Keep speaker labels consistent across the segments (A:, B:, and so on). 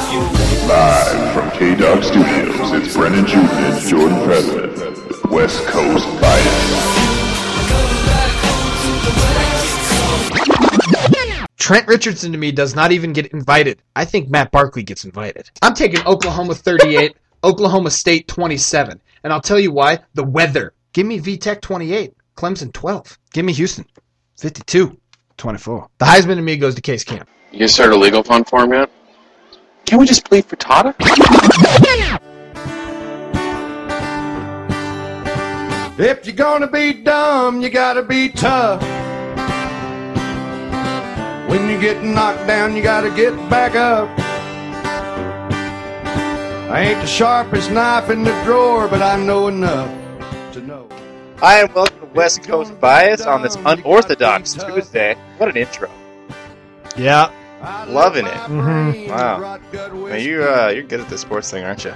A: Live from K Dog Studios, it's Brennan Juden and Jordan Fredlin, West Coast Bias.
B: Trent Richardson to me does not even get invited. I think Matt Barkley gets invited. I'm taking Oklahoma 38, Oklahoma State 27. And I'll tell you why the weather. Give me VTech 28, Clemson 12. Give me Houston 52, 24. The Heisman to me goes to Case Camp.
C: You started a legal fund for him yet? Can we just plead for Tata?
D: If you're gonna be dumb, you gotta be tough. When you get knocked down, you gotta get back up. I ain't the sharpest knife in the drawer, but I know enough to know.
E: Hi, and welcome to West Coast Bias on this unorthodox Tuesday. What an intro.
B: Yeah.
D: I
E: Loving
D: let
E: it.
D: my brain
E: Wow.
D: rot gut
E: Man, you, uh, you're good at this sports thing, aren't you?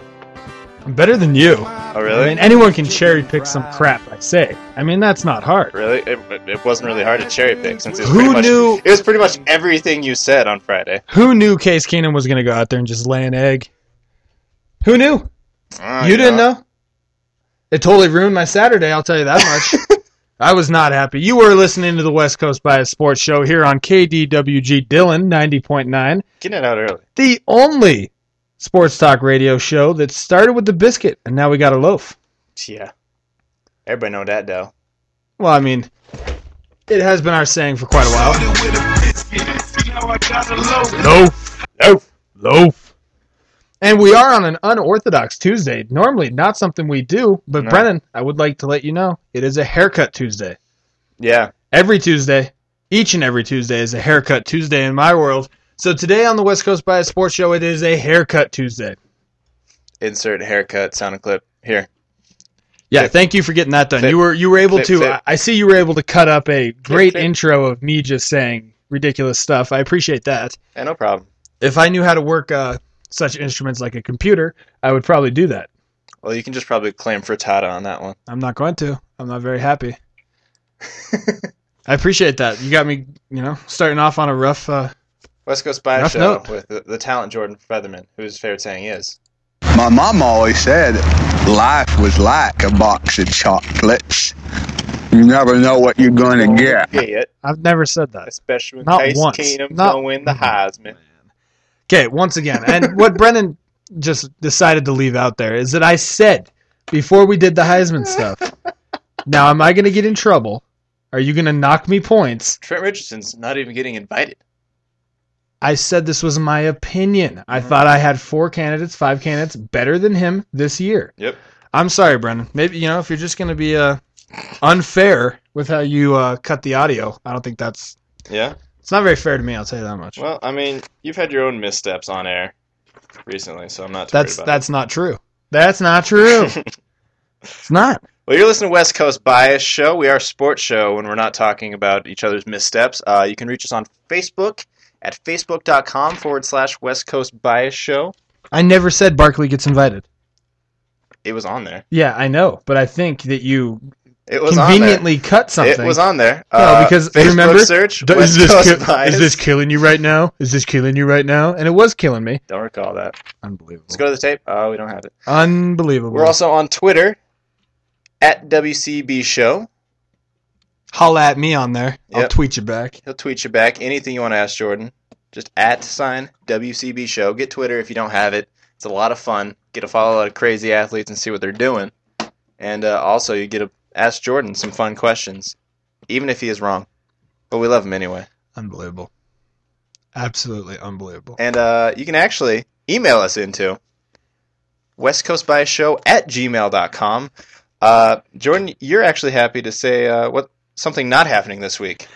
F: I'm better than you.
E: Oh,
F: I
E: really?
F: mean, anyone can cherry pick some crap I say. I mean, that's not hard.
E: Really? It, it wasn't really hard to cherry pick since it was
F: Who
E: pretty much,
F: knew-
E: It was pretty much everything you said on Friday.
F: Who knew Case Keenan was going to go out there and just lay an egg? Who knew?
E: Oh,
B: you didn't know? It totally ruined my Saturday, I'll tell you that much.
F: I was not happy. You were listening to the West Coast Bias Sports Show here on KDWG Dillon 90.9,
E: Getting it out early.
F: the only sports talk radio show that started with the biscuit and now we got a loaf.
E: Yeah. Everybody know that, though.
F: Well, I mean, it has been our saying for quite a while. Loaf, loaf, loaf. And we are on an unorthodox Tuesday. Normally, not something we do, but
E: No.
F: Brennan, I would like to let you know it is a haircut Tuesday.
E: Yeah.
F: Every Tuesday, each and every Tuesday is a haircut Tuesday in my world. So today on the West Coast Bias Sports Show, it is a haircut Tuesday.
E: Insert haircut sound clip here.
F: Yeah,
E: Clip.
F: thank you for getting that done.
E: Clip.
F: You were you were able
E: Clip,
F: to.
E: clip.
F: I, I see you were able to cut up a great
E: clip.
F: intro of me just saying ridiculous stuff. I appreciate that.
E: Yeah, no problem.
F: If I knew how to work uh, such instruments like a computer, I would probably do that.
E: Well, you can just probably claim frittata on that one.
F: I'm not going to. I'm not very happy. I appreciate that. You got me. You know, starting off on a rough. Uh,
E: West Coast Bias
F: Rough
E: Show
F: note.
E: with the, the talent Jordan Featherman, whose favorite saying is.
G: My mom always said life was like a box of chocolates. You never know what you're going to get.
E: Get,
F: I've never said that.
E: especially when
F: Not
E: Case
F: once.
E: Keenum's
F: Not-
E: gonna win the Heisman.
F: Okay, once again, and what Brennan just decided to leave out there is that I said before we did the Heisman stuff. Now, am I going to get in trouble? Are you going to knock me points?
E: Trent Richardson's not even getting invited.
F: I said this was my opinion. I
E: Mm-hmm.
F: thought I had four candidates, five candidates better than him this year.
E: Yep.
F: I'm sorry, Brennan. Maybe you know if you're just going to be uh, unfair with how you uh, cut the audio. I don't think that's
E: Yeah.
F: it's not very fair to me. I'll tell you that much.
E: Well, I mean, you've had your own missteps on air recently, so I'm not. too worried
F: that's
E: about
F: that's not true. That's not true. it's not.
E: it. Well, you're listening to West Coast Bias Show. We are a sports show when we're not talking about each other's missteps. Uh, you can reach us on Facebook at facebook.com forward slash West Coast Bias Show.
F: I never said Barkley gets invited.
E: It was on there.
F: Yeah, I know, but I think that you
E: It was
F: conveniently cut
E: on there.
F: something.
E: It was on there.
F: No,
E: Uh,
F: because
E: Facebook
F: remember,
E: search
F: D-
E: West
F: is, this
E: Coast
F: ki-
E: Bias.
F: is this killing you right now? Is this killing you right now? And it was killing me.
E: Don't recall that. Let's
F: Unbelievable.
E: go to the tape. Oh, we don't have it.
F: Unbelievable.
E: We're also on Twitter at WCB Show.
F: holla at me on there. I'll
E: Yep.
F: tweet you back.
E: He'll tweet you back anything you want to ask Jordan. Just at sign WCB Show. Get Twitter if you don't have it. It's a lot of fun. Get to follow a lot of crazy athletes and see what they're doing. And uh, also, you get to ask Jordan some fun questions, even if he is wrong. But we love him anyway.
F: Unbelievable. Absolutely unbelievable.
E: And uh, you can actually email us into West Coast Bias Show at gmail.com. Uh, Jordan, you're actually happy to say uh, what something not happening this week.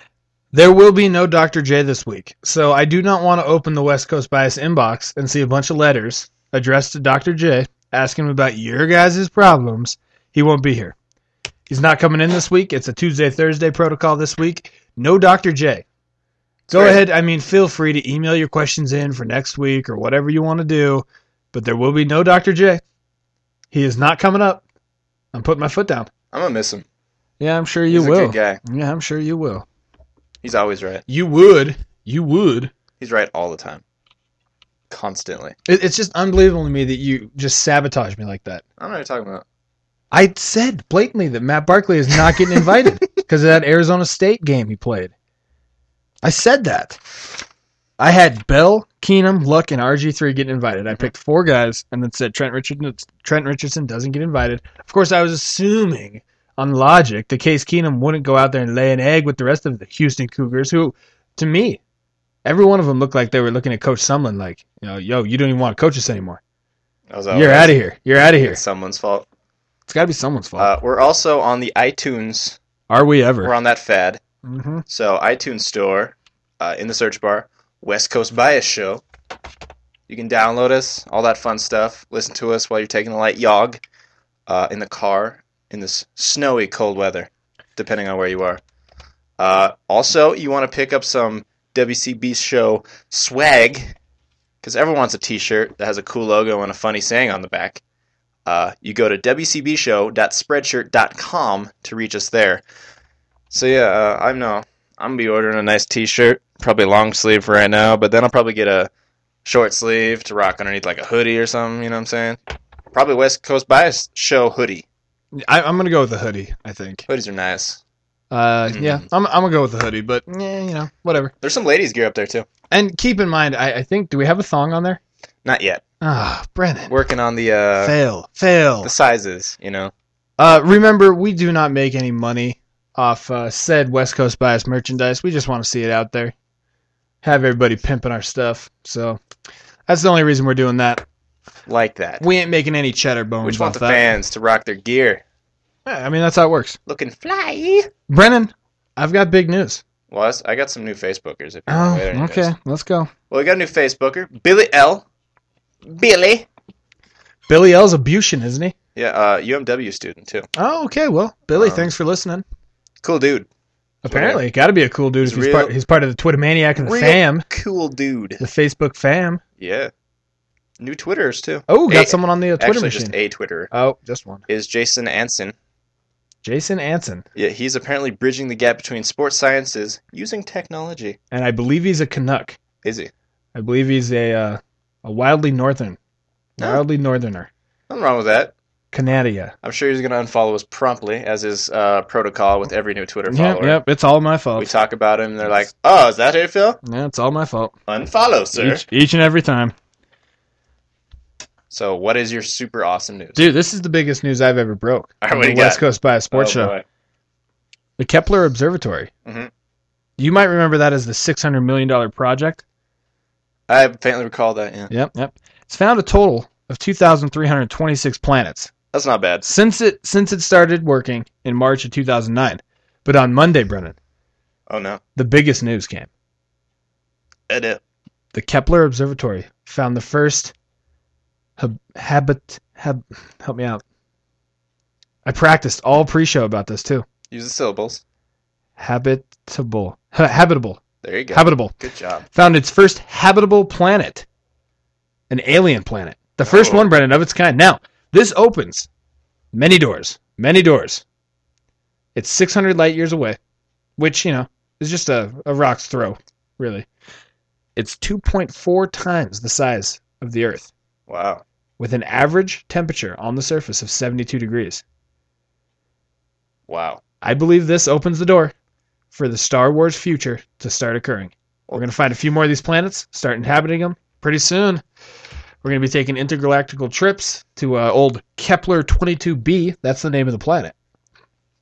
F: There will be no Dr. J this week, so I do not want to open the West Coast Bias inbox and see a bunch of letters addressed to Dr. J asking him about your guys' problems. He won't be here. He's not coming in this week. It's a Tuesday Thursday protocol this week. No Dr. J. Go
E: Great.
F: ahead. I mean, feel free to email your questions in for next week or whatever you want to do, but there will be no Dr. J. He is not coming up. I'm putting my foot down.
E: I'm gonna miss him.
F: Yeah, I'm sure you
E: He's a
F: will.
E: good guy.
F: Yeah, I'm sure you will.
E: He's always right.
F: You would. You would.
E: He's right all the time, constantly.
F: It, it's just unbelievable to me that you just sabotage me like that.
E: I don't know what you're talking about.
F: I said blatantly that Matt Barkley is not getting invited because of that Arizona State game he played. I said that. I had Bell, Keenum, Luck, and RG3 getting invited. I picked four guys and then said Trent Richardson, Trent Richardson doesn't get invited. Of course, I was assuming on logic that Case Keenum wouldn't go out there and lay an egg with the rest of the Houston Cougars, who, to me, every one of them looked like they were looking at Coach Sumlin like, you know, yo, you don't even want to coach us anymore.
E: I was
F: You're
E: always-
F: out of here. You're out of here.
E: It's someone's fault.
F: It's got to be someone's fault.
E: Uh, we're also on the iTunes.
F: Are we ever?
E: We're on that fad.
F: mm-hmm.
E: So iTunes Store, uh, in the search bar, West Coast Bias Show. You can download us, all that fun stuff. Listen to us while you're taking a light jog, uh, in the car in this snowy, cold weather, depending on where you are. Uh, also, you want to pick up some WCB Show swag because everyone wants a T-shirt that has a cool logo and a funny saying on the back. Uh, you go to wcbshow.spreadshirt.com to reach us there. So yeah, uh, I'm no, I'm gonna be ordering a nice T-shirt, probably long sleeve for right now, but then I'll probably get a short sleeve to rock underneath like a hoodie or something. You know what I'm saying? Probably West Coast Bias show hoodie.
F: I, I'm gonna go with the hoodie. I think.
E: Hoodies are nice.
F: Uh, yeah, I'm, I'm gonna go with the hoodie, but yeah, you know, whatever.
E: There's some ladies gear up there too.
F: And keep in mind, I, I think do we have a thong on there?
E: Not yet.
F: Ah, Brennan,
E: Working on the uh,
F: fail, fail.
E: the sizes. You know.
F: Uh, remember, we do not make any money off uh, said West Coast bias merchandise. We just want to see it out there, have everybody pimping our stuff. So that's the only reason we're doing that.
E: like that.
F: We ain't making any cheddar bones
E: We just want
F: off
E: the
F: that.
E: fans to rock their gear,
F: Yeah, I mean, that's how it works.
E: looking fly.
F: Brennan, I've got big news.
E: Was I got some new Facebookers? If you're
F: Oh,
E: aware of
F: okay,
E: this.
F: let's go.
E: Well, we got a new Facebooker, Billy L. Billy.
F: Billy L's a Bushin, isn't he?
E: Yeah, uh, UMW student too.
F: Oh, okay. Well, Billy,
E: Um,
F: thanks for listening.
E: Cool dude.
F: Apparently, got to be a cool dude.
E: He's
F: If he's,
E: real-
F: part, he's part of the Twitter Maniac and the
E: Real
F: fam,
E: Cool dude.
F: the Facebook fam.
E: Yeah. New Twitters too.
F: Oh, got
E: A-
F: someone on the uh, Twitter
E: Actually,
F: machine.
E: just a Twitterer
F: oh, just one.
E: is Jason Anson.
F: Jason Anson,
E: Yeah, he's apparently bridging the gap between sports sciences using technology.
F: and I believe he's a Canuck.
E: Is he?
F: I believe he's a uh, a wildly northern,
E: No.
F: wildly northerner,
E: Nothing wrong with that.
F: Canadia.
E: I'm sure he's going to unfollow us promptly, as is uh, protocol with every new Twitter
F: Yep,
E: follower.
F: yep. It's all my
E: We
F: fault.
E: talk about him, and they're like, "Oh, is that it, Phil?
F: yeah, it's all my fault.
E: Unfollow, sir."
F: Each, each and every time,
E: So, what is your super awesome news?
F: dude. This is the biggest news I've ever broke.
E: All right,
F: on
E: what
F: the
E: do you
F: West
E: got?
F: Coast Bias Sports
E: Oh,
F: Show.
E: boy.
F: The Kepler Observatory.
E: Mhm.
F: You might remember that as the six hundred million dollar project.
E: I faintly recall that. Yeah,
F: Yep, yep. It's found a total of 2,326 planets
E: that's not bad.
F: since it since it started working in March of 2009. But on Monday, Brennan,
E: Oh no,
F: the biggest news came.
E: it is.
F: The Kepler Observatory found the first hab- habit hab- help me out. I practiced all pre-show about this too.
E: Use the syllables.
F: Habitable, Ha- habitable,
E: There you go.
F: habitable.
E: Good job.
F: Found its first habitable planet, an alien planet, the first
E: Oh.
F: one, Brennan, of its kind. Now, this opens many doors, many doors. It's 600 light years away, which, you know, is just a, a rock's throw, really. It's 2.4 times the size of the Earth,
E: Wow.
F: with an average temperature on the surface of 72 degrees.
E: Wow.
F: I believe this opens the door for the Star Wars future to start occurring. We're going to find a few more of these planets, start inhabiting them pretty soon. We're going to be taking intergalactical trips to uh, old Kepler 22b. That's the name of the planet.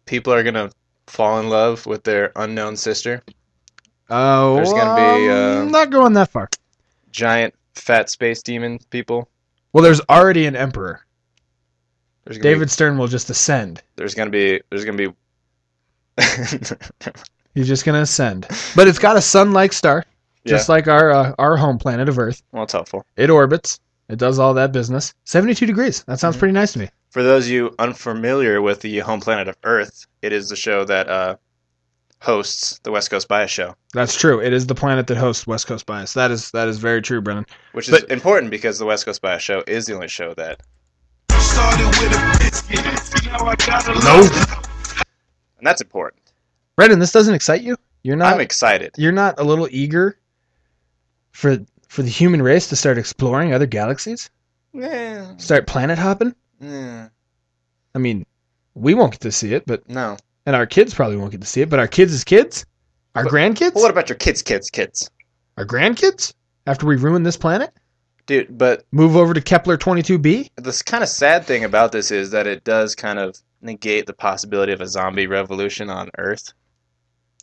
E: People are gonna fall in love with their unknown sister.
F: Oh,
E: There's gonna be,
F: I'm
E: uh,
F: not going that far.
E: Giant fat space demon people.
F: Well, there's already an emperor.
E: There's gonna
F: David Stern will just ascend.
E: Be, there's gonna be. There's gonna be.
F: He's just going to ascend. But it's got a sun-like star, just
E: Yeah.
F: like our uh, our home planet of Earth.
E: well, it's helpful.
F: It orbits. It does all that business. 72 degrees. That
E: Mm-hmm.
F: sounds pretty nice to me.
E: For those of you unfamiliar with the home planet of Earth, it is the show that uh, hosts the West Coast Bias Show,
F: That's true. It is the planet that hosts West Coast Bias. That is that is very true, Brennan.
E: which is important because the West Coast Bias Show is the only show that.
F: No,
E: And that's important.
F: Brennan, this doesn't excite you. You're not.
E: I'm excited.
F: you're not a little eager for for the human race to start exploring other galaxies.
E: Eh,
F: Start planet hopping.
E: eh,
F: I mean, we won't get to see it, but
E: no.
F: and our kids probably won't get to see it. But our kids' kids, our grandkids,
E: Well, what about your kids, kids, kids?
F: our grandkids. After we ruin this planet,
E: Dude, but
F: move over to Kepler 22b.
E: the kind of sad thing about this is that it does kind of negate the possibility of a zombie revolution on Earth.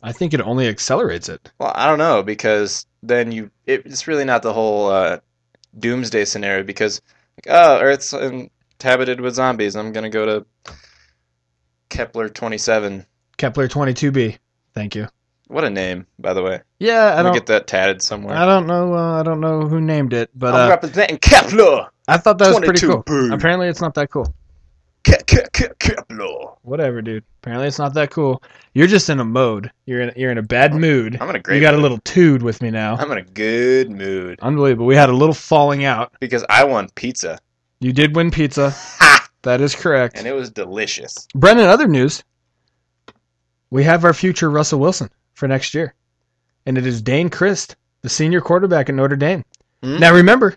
F: I think it only accelerates it.
E: Well, I don't know because then you it, it's really not the whole uh, doomsday scenario because like oh Earth's inhabited with zombies. I'm gonna go to Kepler 27.
F: Kepler 22b. Thank you.
E: What a name, by the way.
F: Yeah, I
E: I'm
F: don't.
E: gonna get that tatted somewhere.
F: I don't know. Uh, I don't know who named it, but
E: I'm
F: uh,
E: representing Kepler.
F: I thought that was pretty
E: 22
F: cool.
E: boo.
F: Apparently, it's not that cool.
E: Ke- Ke- Ke- Kepler.
F: Whatever, dude. Apparently, it's not that cool. You're just in a mode. You're in. You're in a bad mood.
E: I'm in a great
F: You got a
E: mood.
F: little tood with me now.
E: I'm in a good mood
F: Unbelievable. We had a little falling out.
E: because I want pizza
F: You did win pizza. that is correct.
E: and it was delicious.
F: Brendan, other news. We have our future Russell Wilson for next year. And it is Dane Christ, the senior quarterback at Notre Dame.
E: Hmm?
F: Now remember,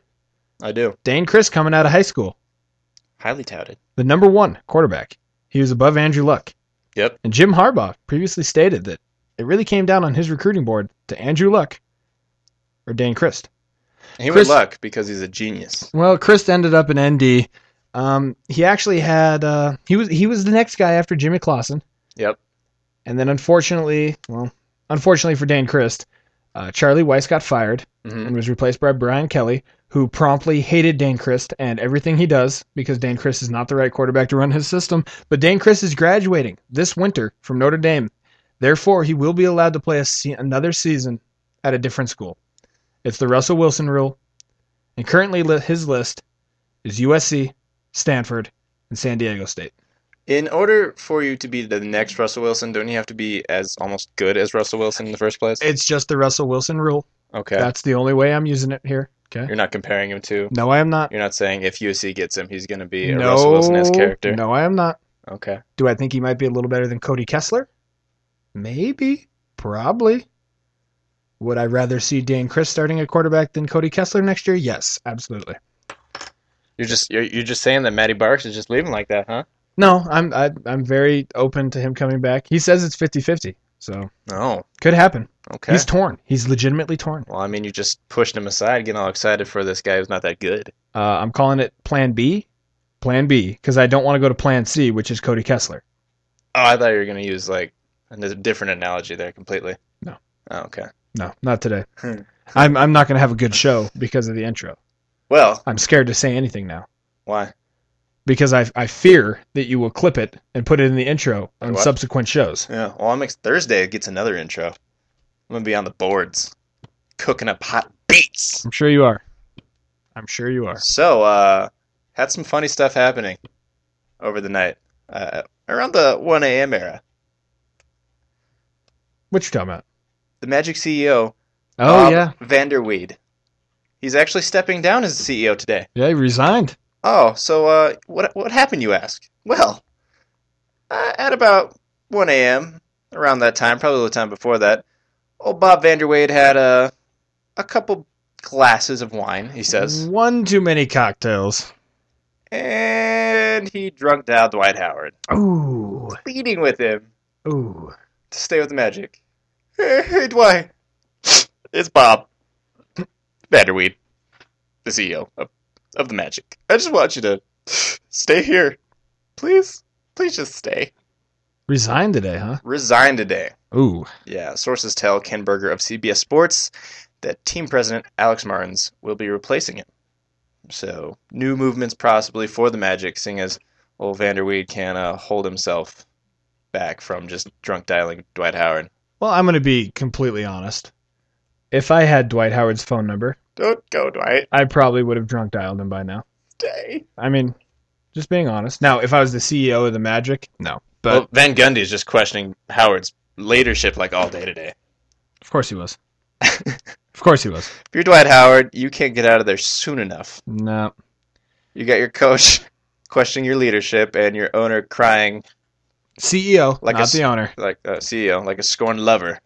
E: I do.
F: Dane Christ coming out of high school,
E: Highly touted.
F: the number one quarterback. He was above Andrew Luck.
E: Yep.
F: And Jim Harbaugh previously stated that it really came down on his recruiting board to Andrew Luck or Dane Christ.
E: And he
F: Chris-
E: would luck because he's a genius.
F: Well, Christ ended up in ND. Um, he actually had uh, he was he was the next guy after Jimmy Clausen.
E: Yep.
F: And then unfortunately, well, unfortunately for Dan Christ, uh, Charlie Weiss got fired
E: Mhm.
F: and was replaced by Brian Kelly, who promptly hated Dan Christ and everything he does because Dan Christ is not the right quarterback to run his system. But Dan Christ is graduating this winter from Notre Dame. Therefore, he will be allowed to play a se- another season at a different school. It's the Russell Wilson rule. And currently, li- his list is USC, Stanford, and San Diego State.
E: In order for you to be the next Russell Wilson, don't you have to be as almost good as Russell Wilson in the first place?
F: It's just the Russell Wilson rule.
E: Okay.
F: That's the only way I'm using it here. Okay.
E: You're not comparing him to.
F: No, I am not.
E: You're not saying if USC gets him, he's going to be a
F: no,
E: Russell Wilson as character.
F: No, I am not.
E: Okay.
F: Do I think he might be a little better than Cody Kessler? Maybe. Probably. Would I rather see Dan Chris starting at quarterback than Cody Kessler next year? Yes, absolutely.
E: You're just you're, you're just saying that Matty Barks is just leaving like that, huh?
F: No, I'm I, I'm very open to him coming back. He says it's 50-50, so
E: No.
F: could happen.
E: Oh, Okay.
F: He's torn. He's legitimately torn.
E: well, I mean, you just pushed him aside, getting all excited for this guy who's not that good.
F: Uh, I'm calling it Plan B, Plan B, because I don't want to go to Plan C, which is Cody Kessler.
E: Oh, I thought you were going to use like a different analogy there completely.
F: No.
E: Oh, okay.
F: No, not today. I'm I'm not gonna have a good show because of the intro.
E: Well,
F: I'm scared to say anything now
E: why?
F: because I I fear that you will clip it and put it in the intro on
E: What?
F: subsequent shows.
E: Yeah. Well, I'm ex- Thursday gets another intro. I'm gonna be on the boards, cooking up hot beats.
F: I'm sure you are. I'm sure you are.
E: So, uh, had some funny stuff happening over the night, uh, around the 1 a.m. era.
F: What you talking about?
E: The Magic CEO,
F: Oh
E: Bob
F: yeah,
E: Vanderweed, he's actually stepping down as CEO today.
F: yeah. He resigned.
E: Oh, so uh, what what happened, you ask? Well, uh, at about 1 a.m. around that time, probably the time before that, old Bob Vanderwade had a a couple glasses of wine. He says,
F: One too many cocktails.
E: and he drunked out Dwight Howard,
F: Ooh,
E: pleading with him
F: ooh.
E: to stay with the Magic. Hey, hey Dwight, it's Bob Vanderweed, the CEO of, of the Magic. I just want you to stay here, please. Please just stay.
F: Resigned today, huh?
E: Resigned today.
F: Ooh.
E: Yeah, sources tell Ken Berger of CBS Sports that team president Alex Martins will be replacing him. So new movements possibly for the Magic, seeing as old Vanderweed can uh, hold himself back from just drunk dialing Dwight Howard.
F: Well, I'm gonna be completely honest. If I had Dwight Howard's phone number,
E: Don't go, Dwight.
F: I probably would have drunk dialed him by now.
E: Stay.
F: I mean, just being honest. Now, if I was the CEO E of the Magic, no. But
E: well, Van Gundy is just questioning Howard's leadership like all day today.
F: Of course he was. of course he was.
E: If you're Dwight Howard, you can't get out of there soon enough.
F: No.
E: You got your coach questioning your leadership and your owner crying
F: CEO,
E: Like
F: E like not
E: a-
F: the owner.
E: like uh, CEO, like a scorned lover.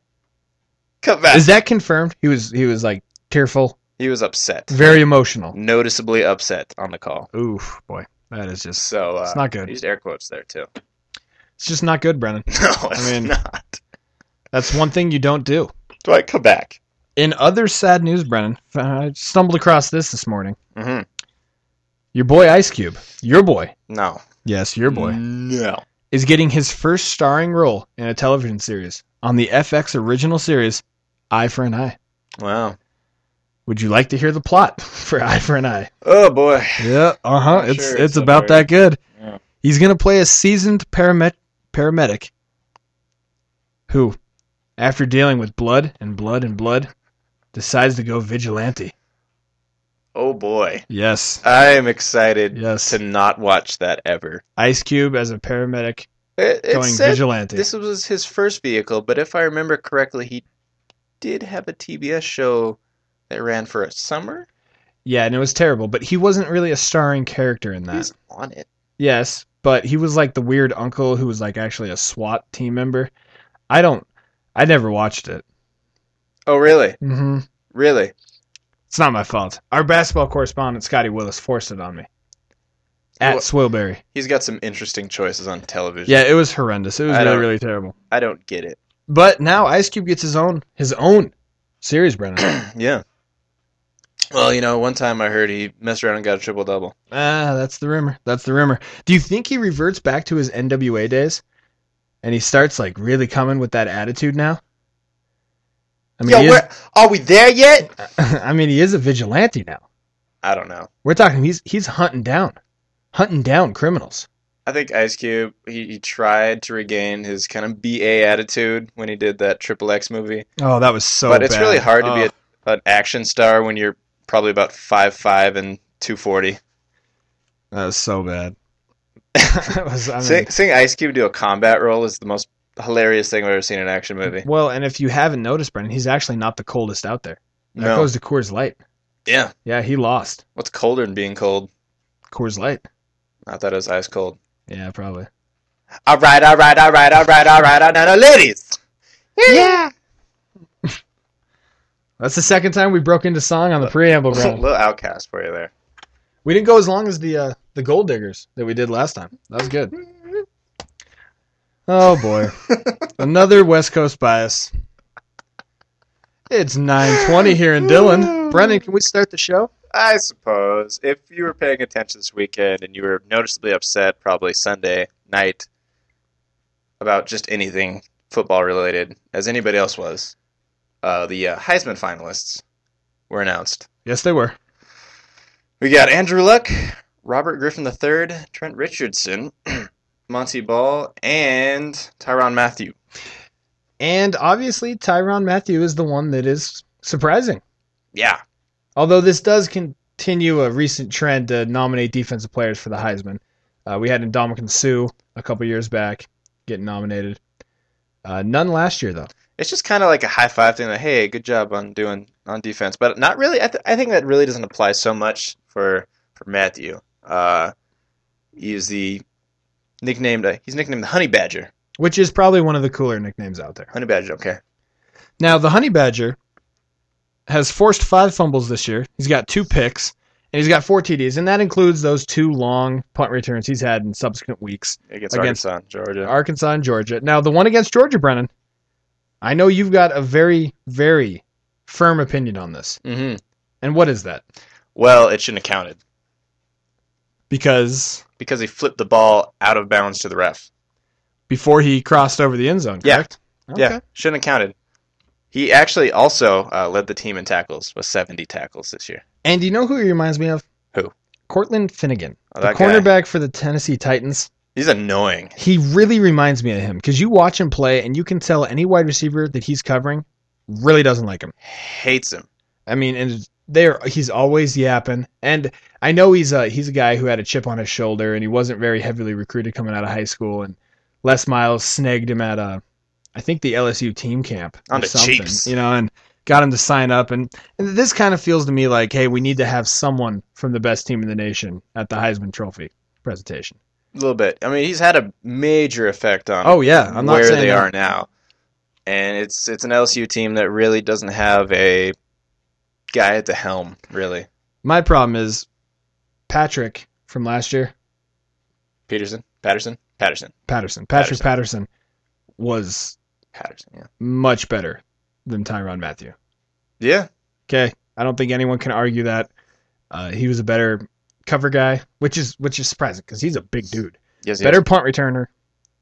E: Cut back.
F: Is that confirmed? He was he was like tearful,
E: he was upset,
F: very emotional.
E: noticeably upset on the call.
F: Oof, boy. That is just
E: So uh,
F: it's not good.
E: Used air quotes there too.
F: It's just not good, Brennan.
E: No, it's
F: mean-
E: not.
F: That's one thing you don't do.
E: Dwight, come back.
F: In other sad news, Brennan, I stumbled across this this morning.
E: Mhm.
F: Your boy Ice Cube, your boy,
E: No.
F: yes, your boy,
E: No.
F: is getting his first starring role in a television series on the FX original series Eye for an Eye.
E: Wow.
F: Would you like to hear the plot for Eye for an Eye?
E: Oh boy.
F: Yeah, uh huh.
E: I'm
F: It's
E: sure
F: it's
E: it's a
F: about
E: very-
F: that good.
E: Yeah.
F: He's gonna play a seasoned paramed- paramedic who, after dealing with blood and blood and blood, decides to go vigilante.
E: Oh boy.
F: Yes,
E: I am excited
F: Yes.
E: to not watch that ever.
F: Ice Cube as a paramedic
E: It, it
F: going
E: said
F: vigilante.
E: this was his first vehicle, but if I remember correctly, he did have a TBS show that ran for a summer.
F: Yeah, and it was terrible, but he wasn't really a starring character in that.
E: He's on it.
F: Yes, but he was like the weird uncle who was like actually a SWAT team member. I don't. I never watched it.
E: Oh really?
F: hmm
E: Really?
F: It's not my fault. Our basketball correspondent Scotty Willis forced it on me. At
E: Well-
F: Swillberry.
E: He's got some interesting choices on television.
F: Yeah, it was horrendous. It was
E: I
F: really,
E: don't-
F: really terrible.
E: I don't get it.
F: But now Ice Cube gets his own his own series, Brennan.
E: Yeah. Well, you know, one time I heard he messed around and got a triple double.
F: ah, that's the rumor. That's the rumor. Do you think he reverts back to his NWA days? And he starts like really coming with that attitude now? I mean, he is-
E: are we there yet?
F: I mean, he is a vigilante now.
E: I don't know.
F: We're talking he's he's hunting down, hunting down criminals.
E: I think Ice Cube he, he tried to regain his kind of BA attitude when he did that Triple X movie,
F: Oh, that was so.
E: but it's
F: bad.
E: really hard to be
F: Oh.
E: a, an action star when you're probably about five five and two forty.
F: Oh, That was so bad. That was- I mean-
E: Seeing, seeing Ice Cube do a combat role is the most hilarious thing I've ever seen in an action movie.
F: well, and if you haven't noticed, Brendan, he's actually not the coldest out there. That
E: No,
F: goes to Coors Light.
E: yeah,
F: Yeah, he lost
E: what's colder than being cold?
F: Coors Light.
E: I thought it was ice cold.
F: Yeah, probably.
E: All right, all right, all right, all right, all right, all right, now, ladies. Yeah,
F: That's the second time we broke into song on the preamble, Brendan.
E: little outcast for you there.
F: We didn't go as long as the uh, the Gold Diggers that we did last time. That was good. Oh boy, another West Coast bias. It's nine twenty here in Dillon. Brendan, can we start the show?
E: I suppose if you were paying attention this weekend and you were noticeably upset, probably Sunday night, about just anything football related, as anybody else was, uh, the uh, Heisman finalists were announced.
F: Yes, they were.
E: We got Andrew Luck, Robert Griffin III, Trent Richardson, Monty Ball, and Tyron Matthew.
F: And obviously, Tyron Matthew is the one that is surprising.
E: Yeah,
F: Although this does continue a recent trend to nominate defensive players for the Heisman. Uh, we had Indomitian Sue a couple years back getting nominated. Uh, none last year, though.
E: it's just kind of like a high five thing. Like, hey, good job on doing on defense, but not really. I, th- I think that really doesn't apply so much for for Matthew. Uh, he's the nicknamed uh, he's nicknamed the Honey Badger.
F: Which is probably one of the cooler nicknames out there.
E: Honey Badger, okay.
F: Now, the Honey Badger has forced five fumbles this year. He's got two picks, and he's got four TDs, and that includes those two long punt returns he's had in subsequent weeks.
E: Against,
F: Against-
E: Arkansas, Georgia.
F: Arkansas and Georgia. Now, the one against Georgia, Brennan, I know you've got a very, very firm opinion on this.
E: mm-hmm.
F: And what is that?
E: Well, it shouldn't have counted
F: Because
E: because he flipped the ball out of bounds to the ref.
F: before he crossed over the end zone,
E: Yeah.
F: correct?
E: Yeah, shouldn't have counted. He actually also uh, led the team in tackles with 70 tackles this year.
F: And you know who he reminds me of?
E: Who?
F: Cortland Finnegan,
E: Oh,
F: the
E: that guy.
F: cornerback for the Tennessee Titans.
E: He's annoying.
F: He really reminds me of him because you watch him play and you can tell any wide receiver that he's covering really doesn't like him.
E: Hates him.
F: I mean, and there he's always yapping. And I know he's a he's a guy who had a chip on his shoulder, and he wasn't very heavily recruited coming out of high school. And Les Miles snagged him at a I think the LSU team camp or
E: On the
F: something,
E: Chiefs.
F: you know, and got him to sign up. And, and this kind of feels to me like, hey, we need to have someone from the best team in the nation at the Heisman Trophy presentation.
E: A little bit. I mean, he's had a major effect on
F: Oh yeah, I'm not
E: where
F: saying
E: they
F: that.
E: are now. And it's it's an LSU team that really doesn't have a guy at the helm, really.
F: My problem is Patrick from last year,
E: Peterson, Patterson, Patterson,
F: Patterson, Patrick Patterson, was
E: Patterson. Yeah.
F: much better than Tyron Matthew.
E: Yeah.
F: Okay, I don't think anyone can argue that uh, he was a better cover guy, which is which is surprising because he's a big dude.
E: Yes. yes.
F: Better punt returner.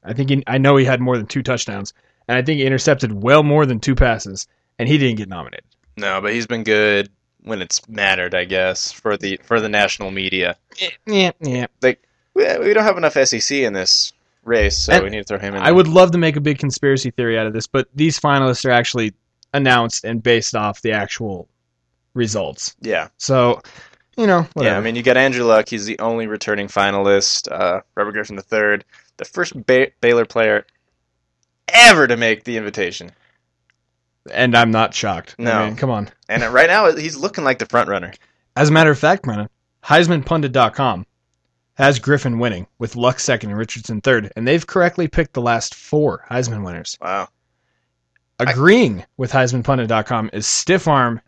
F: I think he, I know he had more than two touchdowns, and I think he intercepted well more than two passes, and he didn't get nominated.
E: No, but he's been good when it's mattered, I guess, for the for the national media.
F: Yeah, yeah.
E: Like we, we don't have enough SEC in this race, so
F: And
E: we need to throw him in.
F: I
E: there.
F: would love to make a big conspiracy theory out of this, but these finalists are actually announced and based off the actual results.
E: Yeah.
F: So, you know, whatever.
E: Yeah, I mean, you got Andrew Luck. He's the only returning finalist. Uh, Robert Griffin III, the first ba- Baylor player ever to make the invitation.
F: and I'm not shocked. I
E: No.
F: mean, come on.
E: And right now, he's looking like the front runner.
F: As a matter of fact, Brennan, HeismanPundit.com has Griffin winning with Luck second and Richardson third, and they've correctly picked the last four Heisman winners.
E: Wow.
F: Agreeing with HeismanPundit.com is Stiff Arm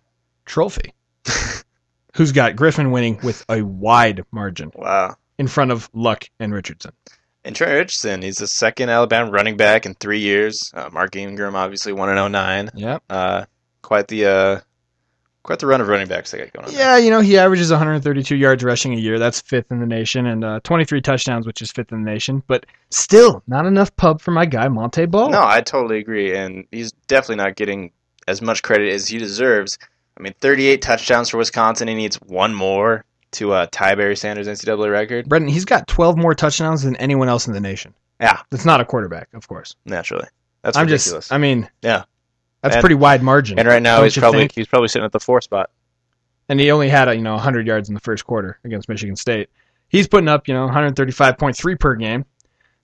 F: Trophy, who's got Griffin winning with a wide margin
E: Wow.
F: in front of Luck and Richardson.
E: And Trent Richardson, he's the second Alabama running back in three years. Uh, Mark Ingram, obviously, 1 and 09.
F: Yeah.
E: Uh, quite the uh, quite the run of running backs they got going on. there.
F: Yeah, you know, he averages 132 yards rushing a year. That's fifth in the nation, and uh, 23 touchdowns, which is fifth in the nation, but still not enough pub for my guy, Monte Ball.
E: No, I totally agree, and he's definitely not getting as much credit as he deserves. I mean, 38 touchdowns for Wisconsin. He needs one more to uh, tie Barry Sanders' NCAA record.
F: Brendan, he's got 12 more touchdowns than anyone else in the nation.
E: Yeah.
F: That's not a quarterback, of course.
E: Naturally, that's
F: I'm
E: ridiculous.
F: just, I mean,
E: Yeah.
F: That's
E: And-
F: pretty wide margin.
E: and right now
F: don't
E: he's
F: you
E: probably
F: think?
E: he's probably sitting at the four spot.
F: And he only had, uh, you know, 100 yards in the first quarter against Michigan State. He's putting up, you know, 135.3 per game.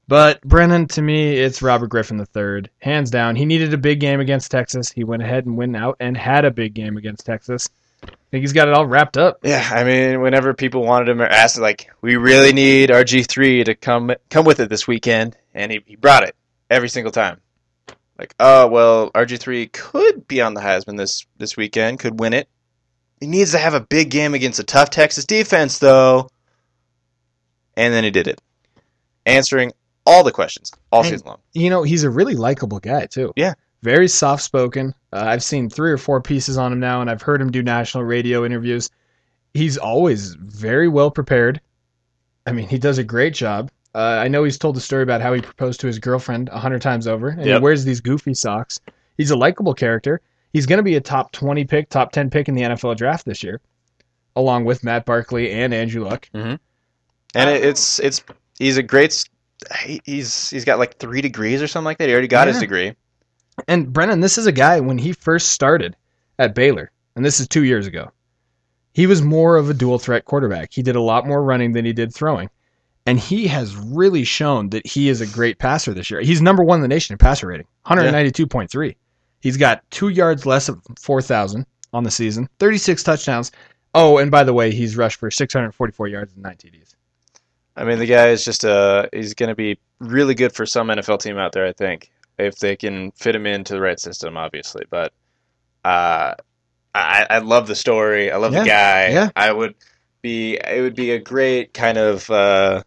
F: But Brennan, to me, it's Robert Griffin III, hands down. He needed a big game against Texas. He went ahead and went out and had a big game against Texas. I think he's got it all wrapped up.
E: Yeah, I mean, whenever people wanted him or asked, like, we really need our G three to come come with it this weekend, and he, he brought it every single time. Like, oh well, RG three could be on the Heisman this this weekend, could win it. He needs to have a big game against a tough Texas defense, though. And then he did it, answering all the questions all
F: And-
E: season long.
F: You know, he's a really likable guy, too.
E: Yeah.
F: Very soft spoken. Uh, I've seen three or four pieces on him now, and I've heard him do national radio interviews. He's always very well prepared. I mean, he does a great job. Uh, I know he's told the story about how he proposed to his girlfriend a hundred times over, and
E: Yep.
F: he wears these goofy socks. He's a likable character. He's going to be a top twenty pick, top ten pick in the NFL draft this year, along with Matt Barkley and Andrew Luck.
E: And it, it's it's he's a great. s- he- He's he's got like three degrees or something like that. He already got his
F: Yeah.
E: degree.
F: And Brennan, this is a guy when he first started at Baylor, and this is two years ago, he was more of a dual threat quarterback. He did a lot more running than he did throwing. And he has really shown that he is a great passer this year. He's number one in the nation in passer rating, 192.3. He's got two yards less of 4,000 on the season, 36 touchdowns. Oh, and by the way, he's rushed for 644 yards and nine TDs.
E: I mean, the guy is just uh he's going to be really good for some NFL team out there, I think, if they can fit him into the right system, obviously. But uh, I I love the story. I love the guy.
F: yeah.
E: I would be it would be a great kind of uh,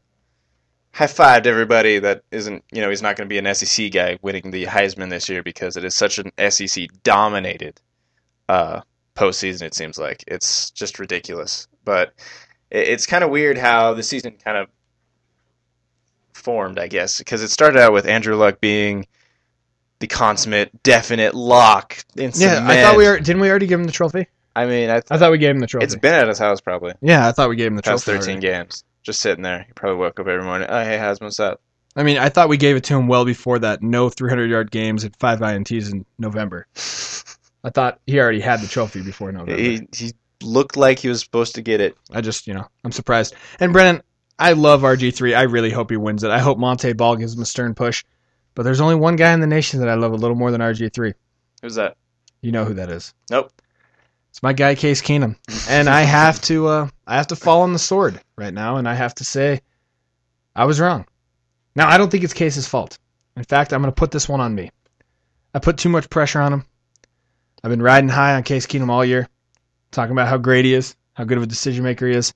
E: high five to everybody that isn't you know he's not going to be an SEC guy winning the Heisman this year because it is such an SEC dominated uh, postseason. It seems like it's just ridiculous, but. it- It's kind of weird how the season kind of formed, I guess, because it started out with Andrew Luck being the consummate, definite lock. in
F: I thought
E: cement.
F: we were, didn't we already give him the trophy?
E: I mean, I
F: I thought we gave him the trophy.
E: it's been at his house probably
F: yeah, I thought we gave him the
E: past
F: trophy.
E: 13
F: already.
E: games, just sitting there. He probably woke up every morning. Oh, hey, how's what's up?
F: I mean, I thought we gave it to him well before that. No 300 yard games and five ints in November. I thought he already had the trophy before November.
E: He he looked like he was supposed to get it.
F: I just, you know, I'm surprised. And Brennan, I love RG3. I really hope he wins it. I hope Monte Ball gives him a stern push. But there's only one guy in the nation that I love a little more than RG3.
E: Who's that?
F: You know who that is.
E: Nope.
F: It's my guy Case Keenum, and I have to uh, I have to fall on the sword right now, and I have to say, I was wrong. Now I don't think it's Case's fault. In fact, I'm going to put this one on me. I put too much pressure on him. I've been riding high on Case Keenum all year, talking about how great he is, how good of a decision maker he is,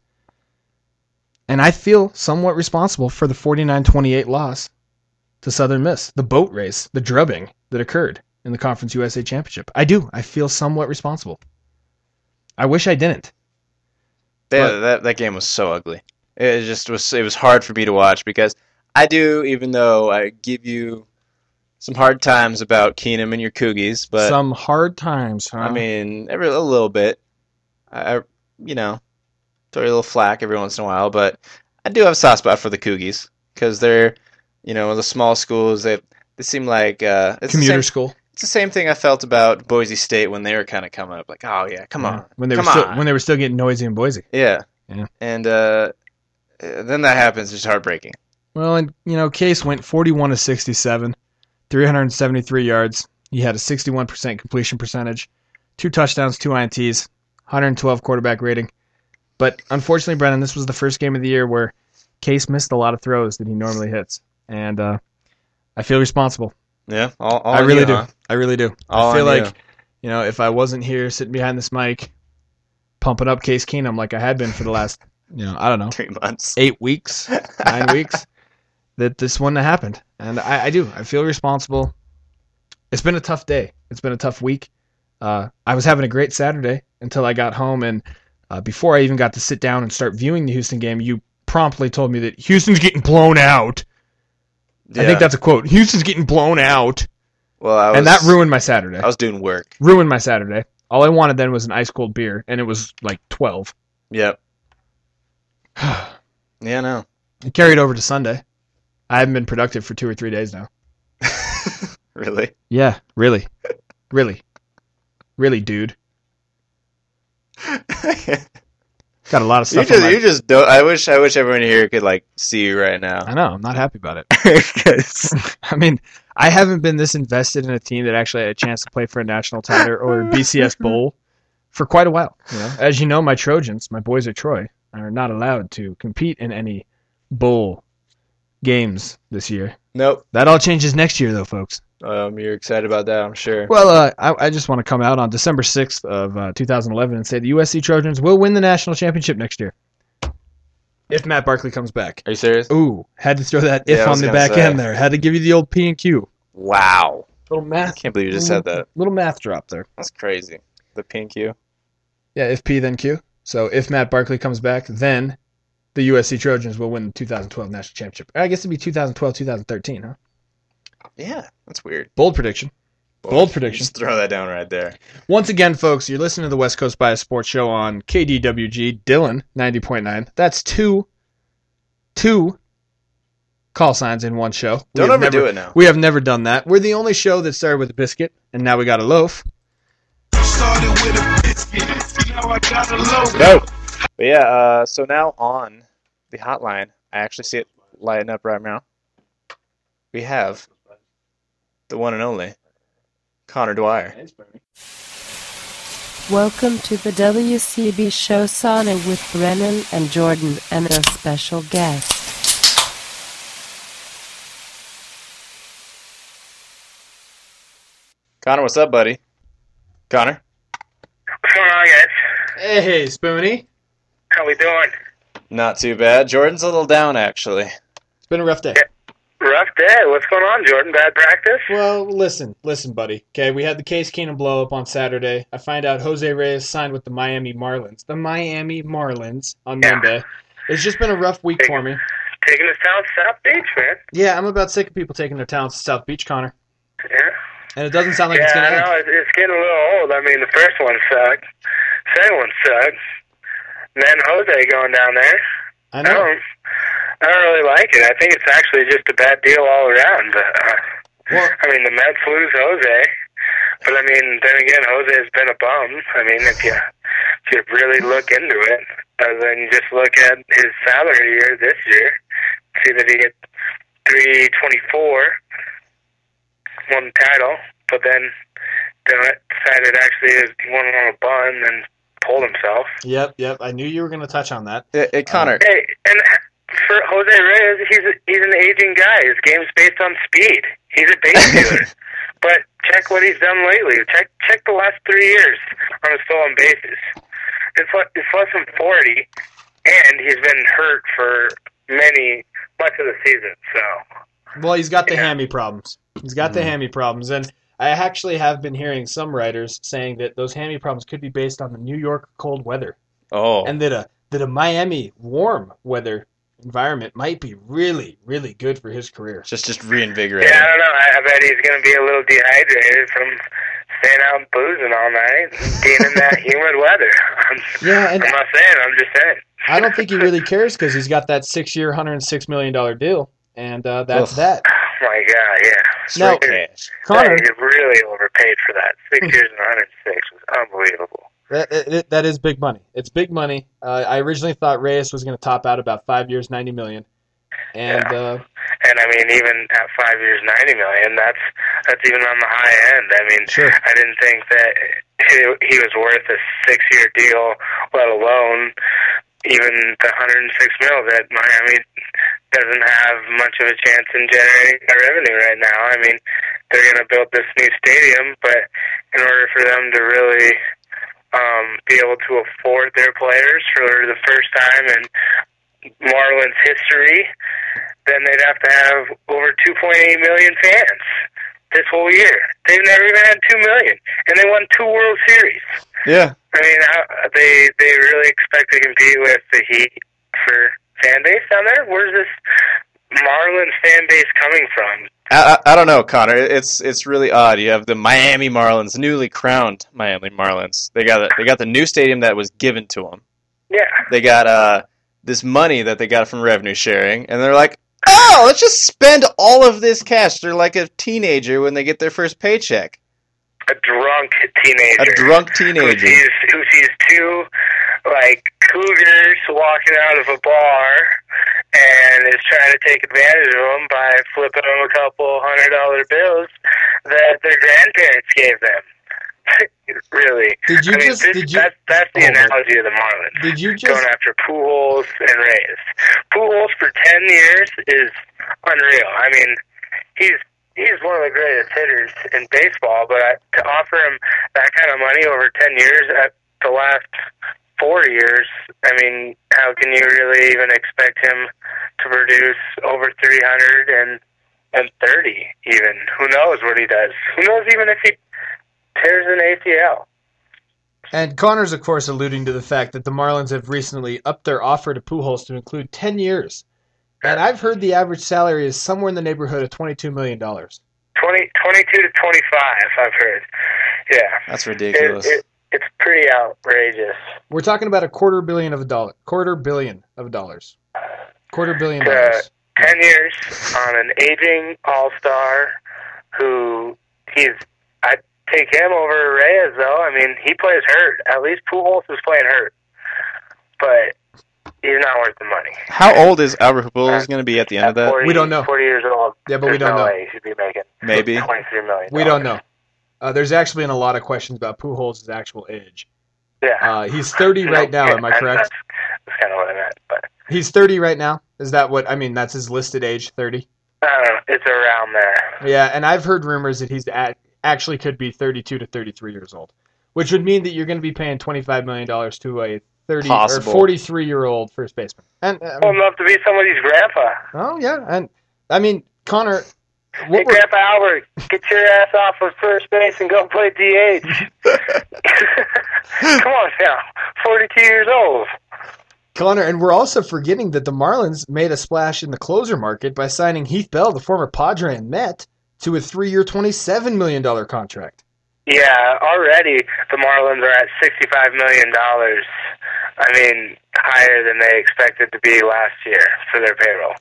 F: and I feel somewhat responsible for the 49-28 loss to Southern Miss, the boat race, the drubbing that occurred in the Conference USA Championship. I do. I feel somewhat responsible. I wish I didn't.
E: They,
F: But-
E: that that game was so ugly. It just was. It was hard for me to watch because I do, even though I give you some hard times about Keenum and your Coogies, but
F: Some uh-huh. hard times, huh?
E: I mean, every a little bit. I, I- you know, throw you a little flack every once in a while, but I do have a soft spot for the Coogies because they're, you know, the small schools. They they seem like uh, it's the
F: commuter
E: same-
F: school.
E: It's the same thing I felt about Boise State when they were kind of coming up. Like, oh yeah, come on,
F: when they
E: come
F: were still,
E: on.
F: when they were still getting noisy in Boise.
E: Yeah.
F: Yeah.
E: And uh, uh, then that happens. It's heartbreaking.
F: Well, and you know, Case went 41 to 67, 373 yards. He had a 61% completion percentage, two touchdowns, two ints, 112 quarterback rating. But unfortunately, Brennan, this was the first game of the year where Case missed a lot of throws that he normally hits, and uh, I feel responsible.
E: Yeah. All, all
F: I
E: on
F: really
E: you,
F: do.
E: huh?
F: I really do.
E: All
F: I feel
E: on
F: like, you know, if I wasn't here sitting behind this mic, pumping up Case Keenum like I had been for the last, you know, I don't know,
E: Three months.
F: eight weeks, nine weeks, that this wouldn't have happened. And I, I do. I feel responsible. It's been a tough day. It's been a tough week. Uh, I was having a great Saturday until I got home, and uh, before I even got to sit down and start viewing the Houston game, you promptly told me that Houston's getting blown out. I
E: Yeah.
F: think that's a quote. Houston's getting blown out,
E: well. I was,
F: and that ruined my Saturday
E: I was doing work.
F: ruined my Saturday. All I wanted then was an ice cold beer, and it was like twelve.
E: Yep. yeah. No.
F: It carried over to Sunday. I haven't been productive for two or three days now.
E: Really.
F: Yeah, really, really, really, dude. Got a lot of
E: you
F: stuff. on
E: just,
F: my-
E: you just don't. I wish. I wish everyone here could like see you right now.
F: I know. I'm not happy about it.
E: 'Cause-
F: I mean, I haven't been this invested in a team that actually had a chance to play for a national title or BCS bowl for quite a while. You know, as you know, my Trojans, my boys at Troy, are not allowed to compete in any bowl games this year.
E: nope.
F: That all changes next year, though, folks.
E: Um, you're excited about that, I'm sure.
F: Well, uh, I, I just want to come out on December 6th of uh, 2011 and say the USC Trojans will win the national championship next year. If Matt Barkley comes back.
E: Are you serious?
F: Ooh, had to throw that
E: Yeah,
F: if
E: I was
F: on the
E: gonna
F: back
E: say.
F: end there. Had to give you the old P and Q.
E: Wow.
F: Little math,
E: Can't believe you just said that.
F: little math drop there.
E: That's crazy. The pink you.
F: Yeah, if P then Q. So if Matt Barkley comes back, then the USC Trojans will win the 2012 national championship. I guess it'd be 2012, 2013, huh?
E: Yeah. That's weird.
F: Bold prediction. Bold prediction.
E: Just throw that down right there.
F: Once again, folks, you're listening to the West Coast Bias Sports Show on KDWG Dylan 90.9. That's two, two call signs in one show. We
E: Don't
F: have
E: overdo
F: never-
E: it now.
F: We have never done that. We're the only show that started with a biscuit, and now we got a loaf.
H: Started with a biscuit, now I got a loaf.
E: No. But yeah, uh, so now on the hotline, I actually see it lighting up right now. We have the one and only Connor Dwyer.
I: Welcome to the WCB show Sauna with Brennan and Jordan and a special guest.
E: Connor, what's up, buddy? Connor?
H: What's going on, guys?
F: Hey, Spoonie.
H: How we doing?
E: Not too bad. Jordan's a little down, actually.
F: It's been a rough day.
H: Rough day. What's going on, Jordan? Bad practice?
F: Well, listen, listen, buddy. Okay, we had the Case Keenum blow up on Saturday. I find out Jose Reyes signed with the Miami Marlins. The Miami Marlins on
H: Yeah.
F: Monday. It's just been a rough week for me.
H: Taking us down South Beach, man.
F: Yeah, I'm about sick of people taking their talents to South Beach, Connor.
H: Yeah.
F: And it doesn't sound like
H: Yeah,
F: it's going
H: I
F: to end.
H: know. It's, it's getting a little old. I mean, the first one sucked. Second one sucked. And then Jose going down there.
F: I
H: I
F: know.
H: don't, I don't really like it. I think it's actually just a bad deal all around. But, uh,
F: Well-
H: I mean, the Mets lose Jose, but I mean, then again, Jose's been a bum. I mean, if you if you really look into it, other than just look at his salary year this year, see that he hit three twenty four.
I: won the title, but then then decided actually he won it on a bun and pulled himself.
F: Yep, yep. I knew you were going to touch on that.
E: Hey, hey, Connor,
I: Hey, and for Jose Reyes, he's he's an aging guy. His game's based on speed. He's a base dealer. but check what he's done lately. Check check the last three years on a stolen basis. It's le- it's less than forty, and he's been hurt for many much of the season. So
F: Well, he's got the hammy problems. He's got the hammy problems, and I actually have been hearing some writers saying that those hammy problems could be based on the New York cold weather,
E: oh,
F: and that a that a Miami warm weather environment might be really, really good for his career.
E: just just reinvigorate.
I: yeah, I don't know. I, I bet he's going to be a little dehydrated from staying out and boozing all night, and being in that humid weather. I'm,
F: Yeah, and
I: I'm not saying. I'm just saying.
F: I don't think he really cares because he's got that six-year, hundred and six million dollar deal, and uh, that's
E: Ugh.
F: that.
I: Oh my god, yeah.
F: Now,
E: cash.
F: Connor,
I: They really overpaid for that. Six years and 106 was unbelievable.
F: That, that, that is big money. It's big money. Uh, I originally thought Reyes was going to top out about five years, ninety million, and uh,
I: And I mean, even at five years, 90 million, that's that's even on the high end. I mean,
F: Sure.
I: I didn't think that he, he was worth a six year deal, let alone even the 106 mil that Miami doesn't have much of a chance in generating a revenue right now. I mean, they're going to build this new stadium, but in order for them to really um, be able to afford their players for the first time in Marlins history, then they'd have to have over 2.8 million fans this whole year. They've never even had 2 million, and they won two World Series.
E: Yeah,
I: I mean, how, they they really expect to compete with the Heat for fan base down there. Where's this Marlins fan base coming from?
E: I, I, I don't know, Connor. It's it's really odd. You have the Miami Marlins, newly crowned Miami Marlins. They got they got the new stadium that was given to them.
I: Yeah,
E: They got uh this money that they got from revenue sharing, and they're like, oh, let's just spend all of this cash. They're like a teenager when they get their first paycheck,
I: a drunk
E: a
I: teenager.
E: drunk
I: who
E: teenager.
I: sees who sees two like cougars walking out of a bar and is trying to take advantage of them by flipping them a couple hundred dollar bills that their grandparents gave them. really?
F: Did you
I: I mean,
F: just-
I: this-
F: did you-
I: That's, that's the
F: Hold on.
I: analogy of the Marlins
F: did you just
I: going after Pujols and Reyes. Pujols for ten years is unreal. I mean, he's he's one of the greatest hitters in baseball, but I, to offer him that kind of money over ten years at the last four years, I mean, how can you really even expect him to produce over three hundred and and thirty? Even who knows what he does? Who knows even if he tears an ACL?
F: And Connor's, of course, alluding to the fact that the Marlins have recently upped their offer to Pujols to include 10 years. And I've heard the average salary is somewhere in the neighborhood of $22 million.
I: 20, 22 to 25, I've heard. Yeah.
E: That's
I: It,
E: ridiculous.
I: it, it's pretty outrageous
F: We're talking about a quarter billion of a dollar. Quarter billion of dollars. Quarter billion
I: Yeah.
F: dollars.
I: 10 years on an aging all star who he's. I'd take him over Reyes, though. I mean, he plays hurt. At least Pujols is playing hurt. But he's not worth the money.
E: How old is Albert Pujols going to be at the end of
I: At
E: that?
I: 40,
F: We don't know.
I: 40 years old.
F: Yeah, but we
I: there's
F: don't
I: no
F: know.
I: Way he should be making
E: Maybe.
I: 23 million.
F: We don't know. Uh, there's actually been a lot of questions about Pujols' actual age.
I: Yeah.
F: Uh, he's 30
I: No,
F: right now,
I: yeah,
F: am I
I: that's-
F: correct?
I: That's, that's kind of what I meant. But
F: He's 30 right now. Is that what I mean? That's his listed age, 30.
E: uh,
I: I don't know. It's around there.
F: Yeah, and I've heard rumors that he's at, actually could be 32 to 33 years old, which would mean that you're going to be paying 25 million dollars to a 30
E: Possible.
F: or 43 year old first baseman. And uh,
I: Old enough to be somebody's grandpa.
F: oh yeah, and I mean Connor,
I: Hey,
F: what were,
I: Grandpa Albert, get your ass off of first base and go play DH. Come on now, 42 years old.
F: Connor, and we're also forgetting that the Marlins made a splash in the closer market by signing Heath Bell, the former Padre and Met, to a three year, 27 million dollar contract.
I: Yeah, already the Marlins are at $65 million. I mean, higher than they expected to be last year for their payroll.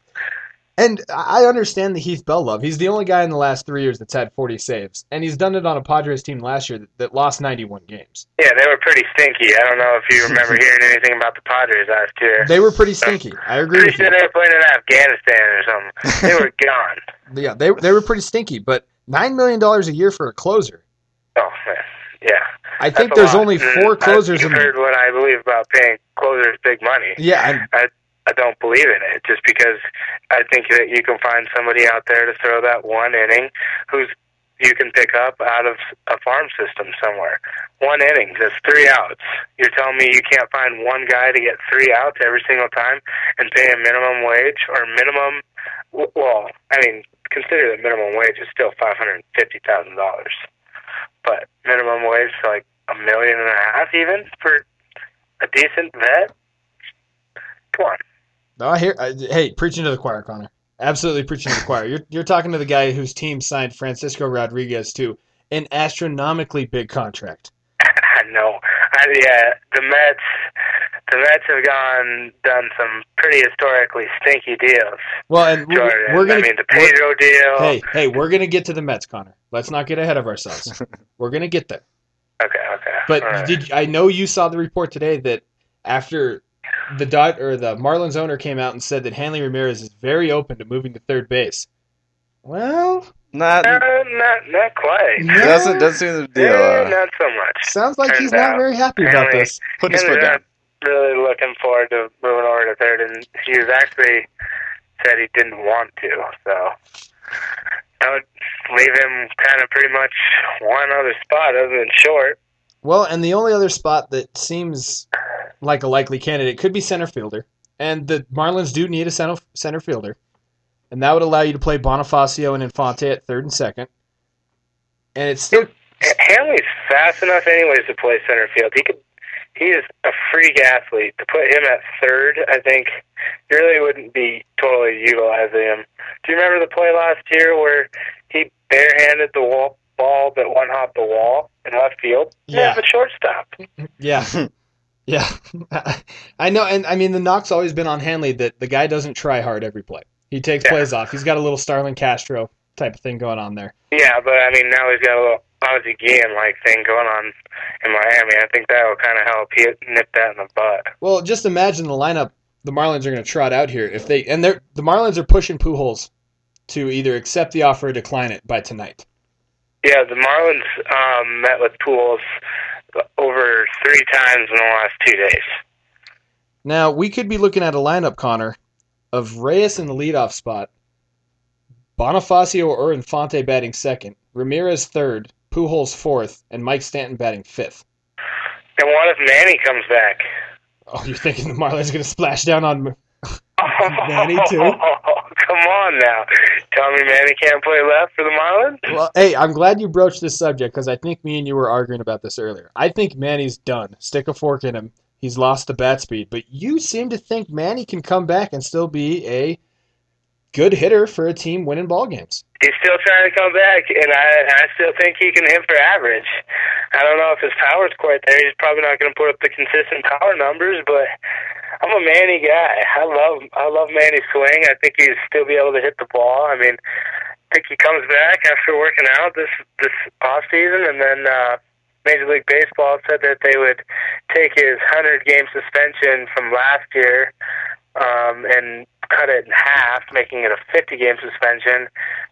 F: And I understand the Heath Bell love. He's the only guy in the last three years that's had 40 saves, and he's done it on a Padres team last year that, that lost 91 games.
I: Yeah, they were pretty stinky. I don't know if you remember hearing anything about the Padres last year.
F: They were pretty stinky. I agree
I: Pretty
F: with
I: sure
F: you.
I: they were playing in Afghanistan or something. They were gone.
F: Yeah, they they were pretty stinky, but Nine million dollars a year for a closer.
E: Oh, man. yeah.
F: I
E: That's
F: think
E: a
F: there's
E: lot.
F: only
E: And
F: four
E: I've-
F: closers in
E: You've
F: the.
E: heard what I believe about paying closers big money.
F: Yeah, I'm-
E: I I don't believe in it just because I think that you can find somebody out there to throw that one inning who's you can pick up out of a farm system somewhere. One inning, that's three outs. You're telling me you can't find one guy to get three outs every single time and pay a minimum wage or minimum w- well, I mean, consider that minimum wage is still five hundred and fifty thousand dollars. But minimum wage to like a million and a half even for a decent vet? Come on.
F: No, I hear. I, hey, preaching to the choir, Connor. Absolutely preaching to the choir. You're you're talking to the guy whose team signed Francisco Rodriguez to an astronomically big contract.
E: I know. I, yeah, the Mets, the Mets have gone done some pretty historically stinky deals.
F: Well, and we-
E: Jordan,
F: we're, gonna.
E: I mean, the
F: we're-
E: Pedro deal.
F: hey, hey, we're gonna get to the Mets, Connor. Let's not get ahead of ourselves. we're gonna get there.
E: Okay, okay.
F: But
E: all right.
F: did I know you saw the report today that after the Dod or the Marlins owner came out and said that Hanley Ramirez is very open to moving to third base. Well,
D: Not
E: no, not not quite.
D: doesn't doesn't seem to be the deal.
E: Eh,
D: Uh,
E: not so much.
F: sounds like he's
E: Turned
F: not
E: out.
F: very happy about
E: Hanley-
F: this.
D: putting his
E: He's
D: foot down.
E: not Really looking forward to moving over to third, and he was actually said he didn't want to. So that would leave him kind of pretty much one other spot other than short.
F: Well, and the only other spot that seems like a likely candidate could be center fielder, and the Marlins do need a center center fielder, and that would allow you to play Bonifacio and Infante at third and second. And it's still
E: Ha- Hanley's fast enough, anyways, to play center field. He could. He is a freak athlete. To put him at third, I think you really wouldn't be totally utilizing him. Do you remember the play last year where he barehanded the wall, ball that one hopped the wall in left field?
F: Yeah.
E: but shortstop.
F: Yeah. Yeah. I know. And I mean, the knock's always been on Hanley that the guy doesn't try hard every play. He takes
E: Yeah.
F: plays off. He's got a little Starlin Castro type of thing going on there.
E: Yeah, but I mean now he's got a little Ozzie Guillen like thing going on in Miami. I think that will kind of help he nip that in the butt.
F: Well, just imagine the lineup the Marlins are going to trot out here. If they and they're the Marlins are pushing Pujols to either accept the offer or decline it by tonight.
E: Yeah, the Marlins um, met with Pools over three times in the last two days.
F: Now we could be looking at a lineup, Connor, of Reyes in the leadoff spot, Bonifacio or Infante batting second, Ramirez third, Pujols fourth, and Mike Stanton batting fifth.
E: And what if Manny comes back?
F: Oh, you're thinking the Marlins going to splash down on? Manny, too?
E: Oh, Come on now. Tell me Manny can't play left for the Marlins?
F: Well, hey, I'm glad you broached this subject because I think me and you were arguing about this earlier. I think Manny's done. Stick a fork in him. He's lost the bat speed, but you seem to think Manny can come back and still be a good hitter for a team winning ball games.
E: He's still trying to come back, and I, I still think he can hit for average. I don't know if his power's quite there. He's probably not going to put up the consistent power numbers, but I'm a Manny guy. I love I love Manny's swing. I think he'd still be able to hit the ball. I mean, I think he comes back after working out this this off season, and then uh, Major League Baseball said that they would take his hundred game suspension from last year um, and cut it in half, making it a 50 game suspension.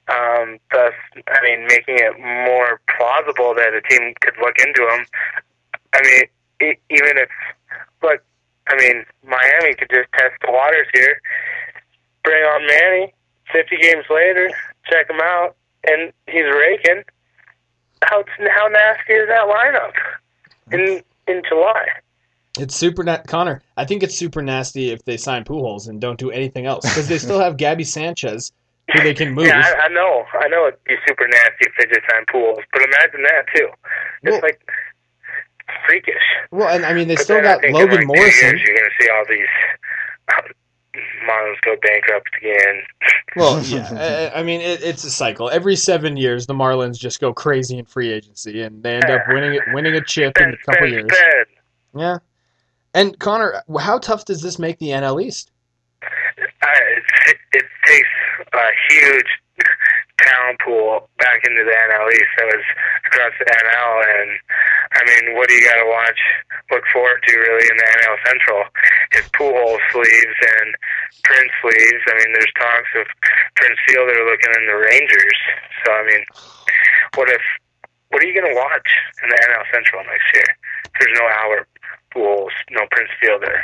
E: Um, thus, I mean, making it more plausible that a team could look into him. I mean, e- even if, look, I mean, Miami could just test the waters here, bring on Manny, 50 games later, check him out, and he's raking. How, how nasty is that lineup in in July?
F: It's super na- Connor. I think it's super nasty if they sign Pujols and don't do anything else because they still have Gabby Sanchez who they can move.
E: Yeah, I, I know. I know it'd be super nasty if they just signed pools, but imagine that too. It's
F: Well-
E: like freakish.
F: Well, and I mean they
E: But
F: still
E: then I
F: got
E: think in,
F: Logan
E: like, two
F: Morrison.
E: Years, you're gonna see all these um, Marlins go bankrupt again.
F: Well, yeah. I, I mean, it, it's a cycle. Every seven years, the Marlins just go crazy in free agency, and they end up winning it, winning a chip in
E: Spend,
F: a couple
E: spend,
F: years.
E: spend.
F: Yeah. And Connor, how tough does this make the NL East?
E: I, it, it takes a huge talent pool back into the NL East that was across the NL, and I mean, what do you got to watch, look forward to really in the NL Central? If Pujols leaves and Prince leaves, I mean, there's talks of Prince Fielder looking in the Rangers. So I mean,
J: What if? What are you going to watch in the NL Central next year? There's no Albert Pujols, no Prince Fielder.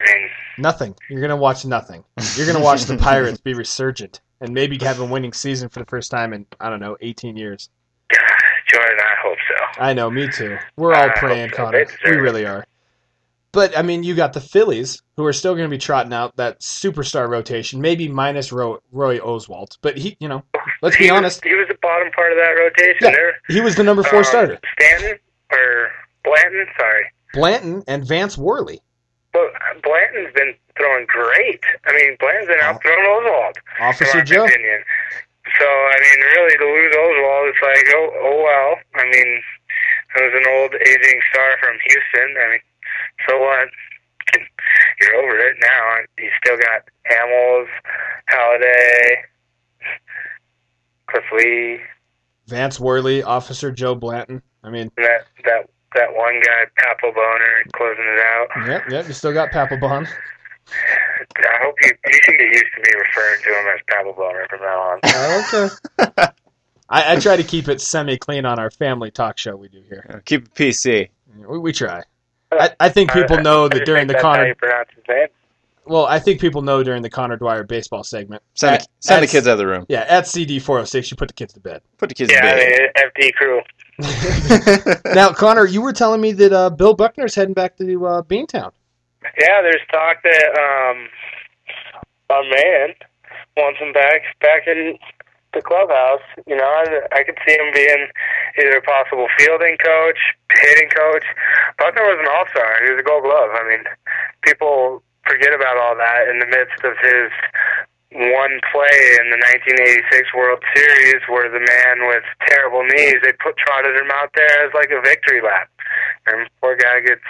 J: I mean,
F: Nothing. You're gonna watch nothing. You're gonna watch the Pirates be resurgent and maybe have a winning season for the first time in I don't know 18 years.
J: Jordan, I hope so.
F: I know, me too. We're all
J: I
F: praying,
J: hope so.
F: Connor.
J: They deserve
F: We
J: it.
F: really are. But I mean, you got the Phillies, who are still going to be trotting out that superstar rotation, maybe minus Ro- Roy Oswalt. But he, you know, let's be
J: he
F: honest,
J: Was, he was the bottom part of that rotation.
F: Yeah,
J: there.
F: he was the number four
J: Um,
F: starter.
J: Stanton or Blanton? Sorry.
F: Blanton and Vance Worley.
J: But uh, Blanton's been throwing great. I mean, Blanton's been out throwing Oswald.
F: Officer
J: in my
F: Joe.
J: Opinion. So I mean, really, to lose Oswald, it's like, oh, oh well. I mean, it was an old aging star from Houston. I mean, so what? You're over it now. You still got Hamels, Halliday, Cliff Lee,
F: Vance Worley, Officer Joe Blanton. I mean,
J: and that that that one guy, Papel Boner, closing it out.
F: yep, yep. You still got Papelbon.
J: I hope you you should get used to me referring to him as Papel Boner from now on.
F: okay. I, I try to keep it semi-clean on our family talk show we do here.
E: Uh, Keep it PC.
F: We, we try. I, I think people know that during the Connor. Well, I think people know during the Connor Dwyer baseball segment.
E: Send,
F: at-
E: the, send the
F: at-
E: kids out of the room.
F: Yeah, at CD four hundred six, you put the kids to bed.
E: Put the kids
J: Yeah,
E: to bed.
J: I mean, FD crew.
F: now, Connor, you were telling me that uh, Bill Buckner's heading back to uh, Beantown.
J: Yeah, there's talk that um, our man wants him back back in the clubhouse. You know, I, I could see him being either a possible fielding coach, hitting coach. Buckner was an all star. He was a Gold Glove. I mean, people forget about all that in the midst of his one play in the 1986 World Series where the man with terrible knees, they put trotted him out there as like a victory lap. And poor guy gets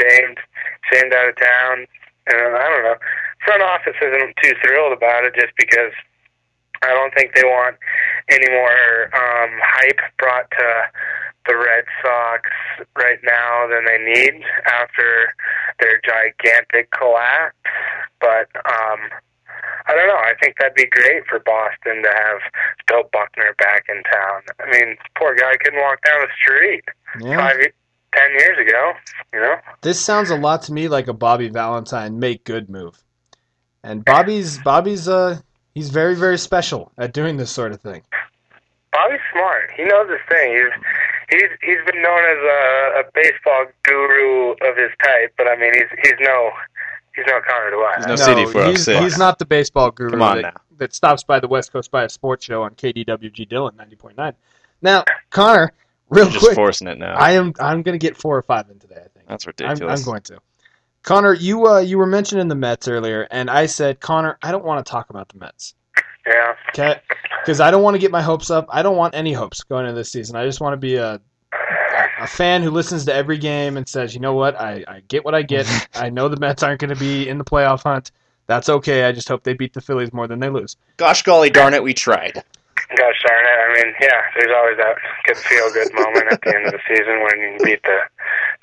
J: shamed, shamed out of town. And uh, I don't know. Front office isn't too thrilled about it just because I don't think they want any more um, hype brought to the Red Sox right now than they need after their gigantic collapse. But um, I don't know. I think that'd be great for Boston to have Bill Buckner back in town. I mean, poor guy couldn't walk down the street
F: Yeah.
J: five, ten years ago. You know,
F: This sounds a lot to me like a Bobby Valentine make good move. And Bobby's Bobby's uh he's very very special at doing this sort of thing.
J: Bobby's Oh, smart. He knows his thing. He's he's he's been known as a, a baseball guru of his type, but I mean, he's he's no he's no Connor Dwyer.
E: He's no CD406.
F: he's, he's not the baseball guru
E: Come on
F: that,
E: now.
F: that stops by the West Coast by a sports show on KDWG Dillon ninety point nine. Now, Connor, real
E: You're just
F: quick,
E: forcing it now.
F: I am I'm gonna get four or five in today. I think
E: That's
F: I'm,
E: ridiculous.
F: I'm going to. Connor, you uh, you were mentioning the Mets earlier, and I said, Connor, I don't want to talk about the Mets.
J: Yeah,
F: Okay, because I don't want to get my hopes up. I don't want any hopes going into this season. I just want to be a a fan who listens to every game and says, you know what, I, I get what I get. I know the Mets aren't going to be in the playoff hunt. That's okay. I just hope they beat the Phillies more than they lose.
E: Gosh golly darn it, we tried.
J: gosh darn it. I mean, yeah, there's always that good feel good moment at the end of the season when you beat the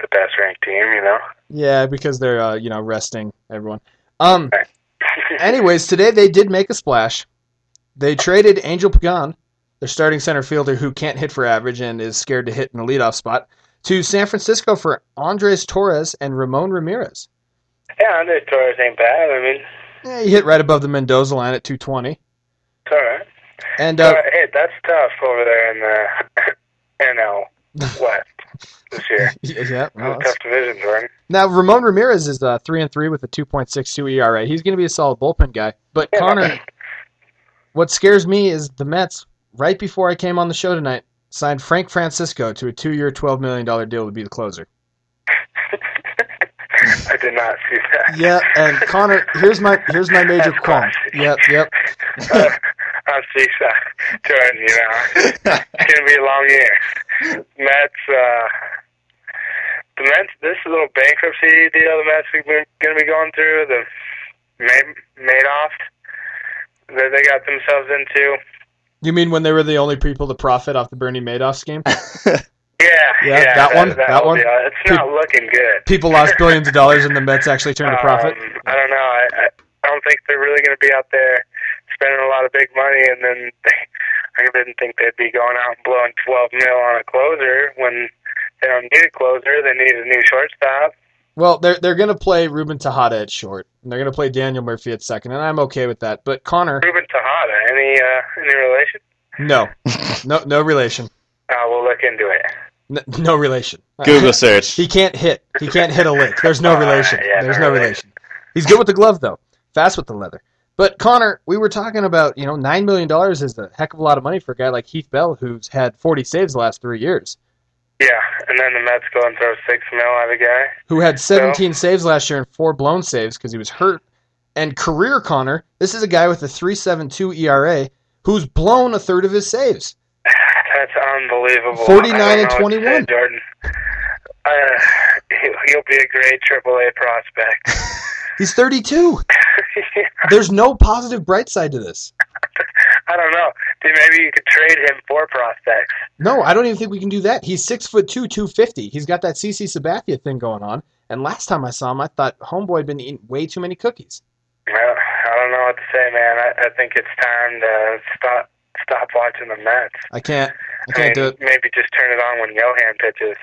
J: the best ranked team. You know.
F: Yeah, because they're uh, you know resting everyone. Um.
J: Right.
F: anyways, today they did make a splash. They traded Angel Pagan, their starting center fielder who can't hit for average and is scared to hit in the leadoff spot, to San Francisco for Andres Torres and Ramon Ramirez.
J: Yeah, Andre Torres ain't bad. I mean,
F: Yeah, Eh, he hit right above the Mendoza line at 220.
J: it's all right.
F: And uh,
J: Uh, hey, that's tough over there in the NL West this year.
F: yeah, well,
J: tough division, Jordan.
F: now Ramon Ramirez is uh, three and three with a 2.62 ERA. He's going to be E a solid bullpen guy. But
J: Yeah, not
F: Connor, what scares me is the Mets. Right before I came on the show tonight, signed Frank Francisco to a two-year, $12 million deal to be the closer.
J: I did not see that.
F: Yeah, and Connor, here's my here's my major
J: That's
F: qualm.
J: classic.
F: Yep, yep.
J: Uh, I see that. Jordan, you know, it's gonna be a long year. Mets, uh, the Mets. This little bankruptcy deal the Mets are been- gonna be going through. The May- Madoff that they got themselves into.
F: You mean when they were the only people to profit off the Bernie Madoff scheme?
J: Yeah,
F: Yeah,
J: yeah,
F: that one,
J: That,
F: that
J: whole
F: one.
J: deal. It's not looking good.
F: People lost billions of dollars, and the Mets actually turned a profit.
J: Um, I don't know. I, I I don't think they're really going to be out there spending a lot of big money, and then they, I didn't think they'd be going out and blowing 12 mil on a closer when they don't need a closer. They need a new shortstop.
F: Well, they're they're gonna play Ruben Tejada at short, and they're gonna play Daniel Murphy at second, and I'm okay with that. But Connor,
J: Ruben Tejada, any uh, any relation?
F: no, no, no relation,
J: Uh, we'll look into it.
F: no, no relation.
E: Google search.
F: He can't hit. He can't hit a lick. There's no relation.
J: yeah,
F: There's
J: no
F: no relation. He's good with the glove though. Fast with the leather. But Connor, we were talking about you know nine million dollars is a heck of a lot of money for a guy like Heath Bell who's had 40 saves the last three years,
J: Yeah, and then the Mets go and throw six mil at a guy.
F: who had 17 saves last year and four blown saves because he was hurt. And career Connor, this is a guy with a 3.72 ERA E who's blown a third of his saves.
J: That's unbelievable.
F: 49
J: I don't
F: and
J: know what to say,
F: 21.
J: Jordan. Uh, he- he'll be a great AAA prospect.
F: He's 32. There's no positive bright side to this.
J: I don't know. Dude, maybe you could trade him for prospects.
F: No, I don't even think we can do that. He's six foot two, two fifty. He's got that CC Sabathia thing going on. And last time I saw him, I thought homeboy had been eating way too many cookies.
J: Well, I don't know what to say, man. I, I think it's time to stop stop watching the Mets.
F: I can't, I can't do
J: mean,
F: it.
J: Maybe just turn it on when Johan pitches.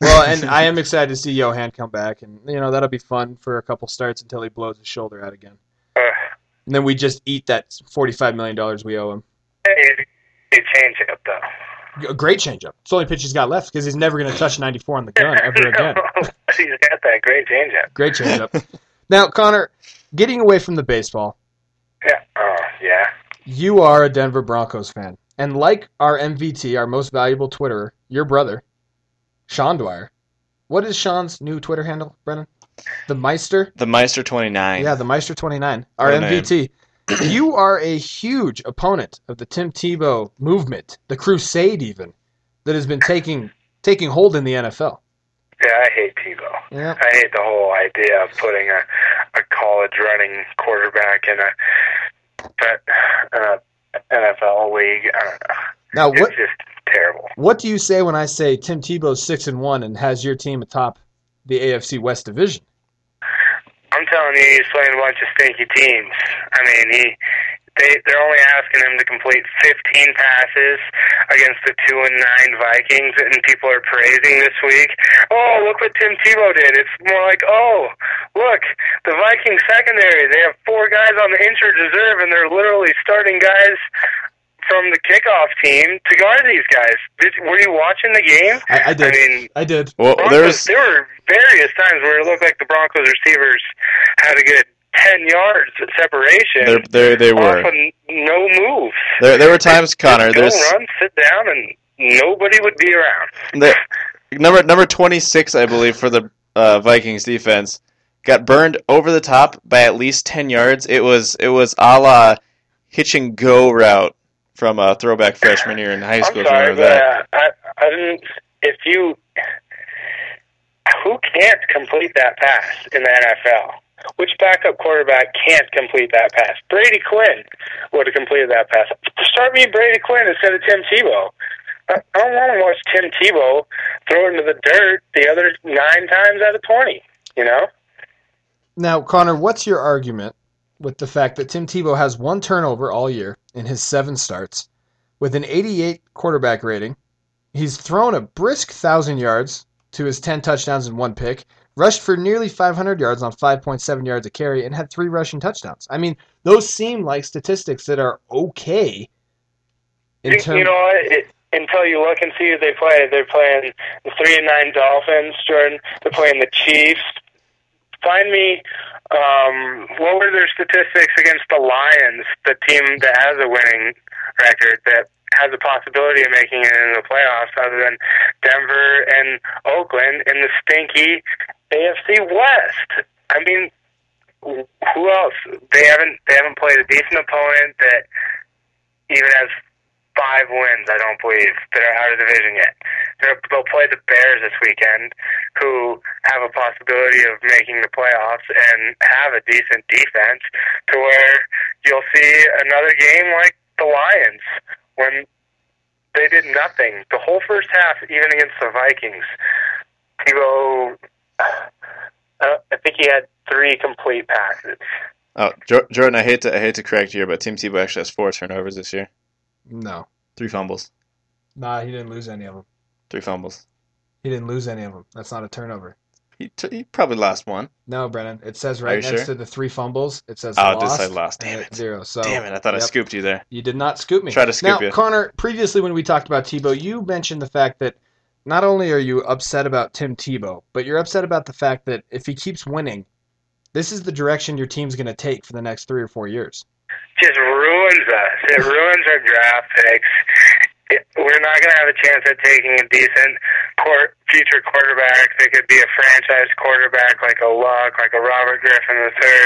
F: Well, and I am excited to see Johan come back, and you know that'll be fun for a couple starts until he blows his shoulder out again.
J: Uh,
F: And then we just eat that forty-five million dollars we owe him.
J: hey, you change it up though.
F: A great changeup. It's the only pitch he's got left because he's never going to touch ninety-four on the gun ever again.
J: He's got that great changeup.
F: Great changeup. Now, Connor, getting away from the baseball,
J: Yeah. Oh, yeah.
F: you are a Denver Broncos fan. And like our MVT, our most valuable Twitterer, your brother, Sean Dwyer, what is Sean's new Twitter handle, Brennan? The Meister?
E: The Meister 29.
F: Yeah, the Meister29, our
E: Good
F: MVT. You are a huge opponent of the Tim Tebow movement, the crusade even, that has been taking taking hold in the NFL.
J: Yeah, I hate Tebow.
F: Yeah.
J: I hate the whole idea of putting a, a college running quarterback in a, in a NFL league. I don't know.
F: Now
J: It's
F: what
J: just terrible.
F: what do you say when I say Tim Tebow's six and one and has your team atop the AFC West division?
J: I'm telling you, he's playing a bunch of stinky teams. I mean, he they they're only asking him to complete 15 passes against the two and nine Vikings, and people are praising this week. Oh, look what Tim Tebow did! It's more like, oh, look, the Viking secondary. They have four guys on the injured reserve, and they're literally starting guys. From the kickoff team to guard these guys. Did, were you watching the game?
F: I, I did.
J: I mean,
F: I did.
E: Well,
J: Broncos,
E: there's
J: there were various times where it looked like the Broncos receivers had a good ten yards of separation
E: there, there they
J: off
E: were.
J: of no moves.
E: There, there were times, Connor.
J: Just go
E: There's
J: run, sit down, and nobody would be around.
E: there, number number 26, I believe, for the uh, Vikings defense got burned over the top by at least 10 yards. It was it was a la hitch and go route from a throwback freshman year in high school.
J: I'm
E: if you
J: sorry,
E: remember
J: but
E: that?
J: uh, I, I didn't. If you, who can't complete that pass in the NFL? Which backup quarterback can't complete that pass? Brady Quinn would have completed that pass. Start me Brady Quinn instead of Tim Tebow. I I don't want to watch Tim Tebow throw it into the dirt the other nine times out of twenty. You know,
F: Now, Connor, what's your argument with the fact that Tim Tebow has one turnover all year in his seven starts with an 88 quarterback rating? He's thrown a brisk 1,000 yards to his 10 touchdowns and one pick, rushed for nearly 500 yards on 5.7 yards a carry, and had three rushing touchdowns. I mean, those seem like statistics that are okay. In
J: you,
F: term-
J: you know what? It, until you look and see who they play, they're playing the three and nine Dolphins. Jordan, they're playing the Chiefs. Find me. Um, what were their statistics against the Lions, the team that has a winning record that has a possibility of making it into the playoffs, other than Denver and Oakland in the stinky AFC West? I mean, wh- who else? They haven't they haven't played a decent opponent that even has five wins, I don't believe, that are out of division yet. They're, they'll play the Bears this weekend, who have a possibility of making the playoffs and have a decent defense, to where you'll see another game like the Lions when they did nothing. The whole first half, even against the Vikings, Tebow, uh, I think he had three complete passes.
E: Oh, Jo- Jordan, I hate to I hate to correct you, here, but Tim Tebow actually has four turnovers this year.
F: no.
E: Three fumbles.
F: Nah, he didn't lose any of them.
E: Three fumbles.
F: He didn't lose any of them. That's not a turnover.
E: He, t- he probably lost one.
F: No, Brennan. It says
E: Are
F: right
E: you
F: next to
E: sure?
F: the three fumbles. It says
E: Oh,
F: lost.
E: it just said lost. Damn
F: and
E: it.
F: Zero. So
E: Damn it! I thought I
F: yep.
E: scooped you there.
F: You did not scoop me.
E: Try to scoop
F: now,
E: you.
F: Connor, previously when we talked about Tebow, you mentioned the fact that not only are you upset about Tim Tebow, but you're upset about the fact that if he keeps winning, this is the direction your team's going to take for the next three or four years.
J: just ruins us. It ruins our draft picks. It- We're not going to have a chance at taking a decent court, future quarterback that could be a franchise quarterback like a Luck, like a Robert Griffin III.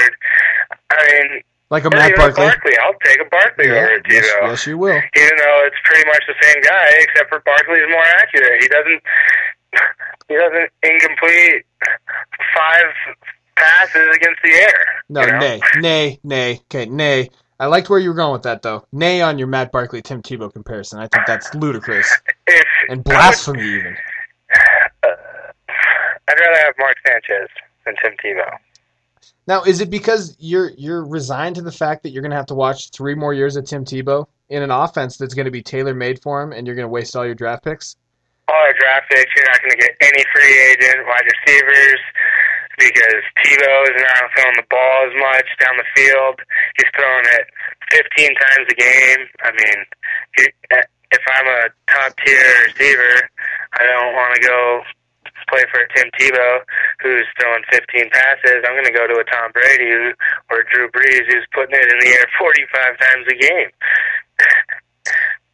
J: I mean,
F: Like a
J: or
F: Matt
J: even a
F: Barkley.
J: Barkley. I'll take a Barkley
F: Yeah,
J: over
F: yes,
J: Tebow.
F: yes, you will.
J: Even though it's pretty much the same guy, except for Barkley's more accurate. He doesn't. He doesn't incomplete five passes against the air.
F: No,
J: you know?
F: nay, nay, nay. Okay, nay. I liked where you were going with that, though. Nay on your Matt Barkley Tim Tebow comparison. I think that's ludicrous
J: If
F: and
J: I would
F: blasphemy, even.
J: I'd rather have Mark Sanchez than Tim Tebow.
F: Now, is it because you're you're resigned to the fact that you're going to have to watch three more years of Tim Tebow in an offense that's going to be tailor made for him, and you're going to waste all your draft picks?
J: All our draft picks, you're not going to get any free agent wide receivers because Tebow is not throwing the ball as much down the field. He's throwing it 15 times a game. I mean, he- if I'm a top tier receiver, I don't want to go play for Tim Tebow, who's throwing 15 passes. I'm going to go to a Tom Brady who- or Drew Brees, who's putting it in the air 45 times a game.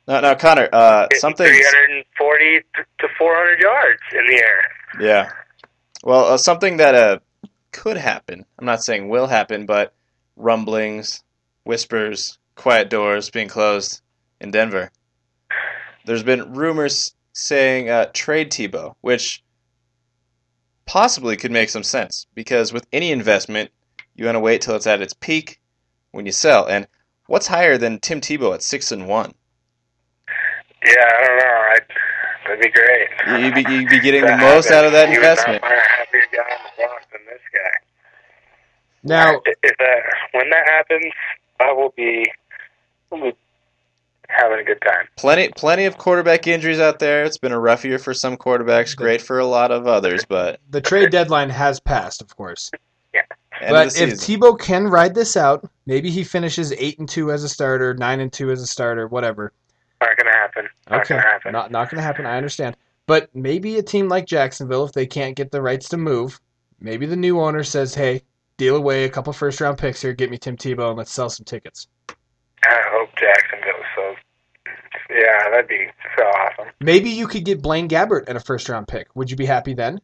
E: No, no, Connor. Uh, something.
J: 340 to 400 yards in the air.
E: Yeah. Well, uh, something that uh, could happen. I'm not saying will happen, but rumblings, whispers, quiet doors being closed in Denver. There's been rumors saying uh, trade Tebow, which possibly could make some sense because with any investment, you want to wait till it's at its peak when you sell. And what's higher than Tim Tebow at six and one?
J: Yeah, I don't know. I'd, that'd be great.
E: You- You'd be, you'd be getting
J: To
E: the
J: have
E: most
J: him.
E: out of that
J: He was not
E: investment.
J: a happier guy on the block than this guy.
F: Now,
J: I- if that, when that happens, I will be, I'll be having a good time.
E: Plenty, plenty of quarterback injuries out there. It's been a rough year for some quarterbacks, great for a lot of others. But
F: the trade deadline has passed, of course.
E: end of
F: But
E: the
F: if
E: season,
F: Tebow can ride this out, maybe he finishes eight and two as a starter, nine and two as a starter, whatever.
J: Not gonna happen. Not
F: Okay,
J: gonna happen.
F: not not going to happen. I understand. But maybe a team like Jacksonville, if they can't get the rights to move, maybe the new owner says, "Hey, deal away a couple first round picks here, get me Tim Tebow, and let's sell some tickets."
J: I hope Jacksonville. So, yeah, that'd be so awesome.
F: Maybe you could get Blaine Gabbert and a first round pick. Would you be happy then?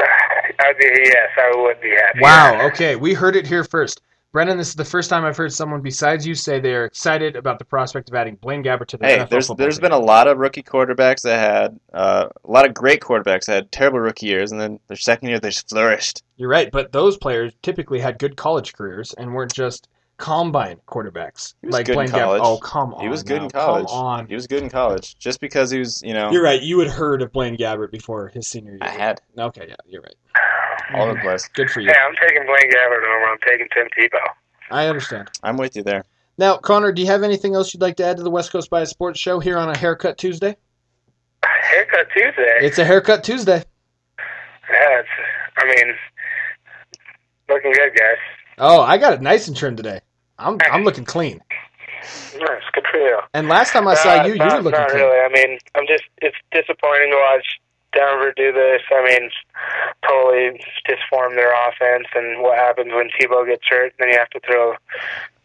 J: I'd be yes, I would be happy.
F: Wow. Okay, we heard it here first. Brennan, this is the first time I've heard someone besides you say they are excited about the prospect of adding Blaine Gabbert to the
E: hey,
F: NFL
E: there's
F: football
E: there's
F: team.
E: been a lot of rookie quarterbacks that had uh, a lot of great quarterbacks that had terrible rookie years, and then their second year they just flourished.
F: You're right, but those players typically had good college careers and weren't just combine quarterbacks.
E: He was good in
F: Gabbert.
E: college.
F: Oh, come on.
E: He was good
F: now.
E: in college.
F: Come on.
E: He was good in college just because he was, you know,
F: You're right. You had heard of Blaine Gabbert before his senior year.
E: I had
F: Okay, yeah, you're right.
E: all over the place.
F: Good for you.
J: Yeah, I'm taking Blaine Gabbert over. I'm taking Tim Tebow.
F: I understand.
E: I'm with you there.
F: Now, Connor, do you have anything else you'd like to add to the West Coast Bias Sports Show here on a Haircut Tuesday?
J: Haircut Tuesday.
F: It's a Haircut Tuesday.
J: Yeah, it's, I mean, looking good, guys.
F: Oh, I got it nice and trimmed today. I'm I'm looking clean.
J: Nice, good for you.
F: And last time I saw you, you
J: Uh, not,
F: were looking
J: not
F: clean.
J: really. I mean, I'm just. It's disappointing to watch Denver do this. I mean, totally disform their offense, and what happens when Tebow gets hurt? Then you have to throw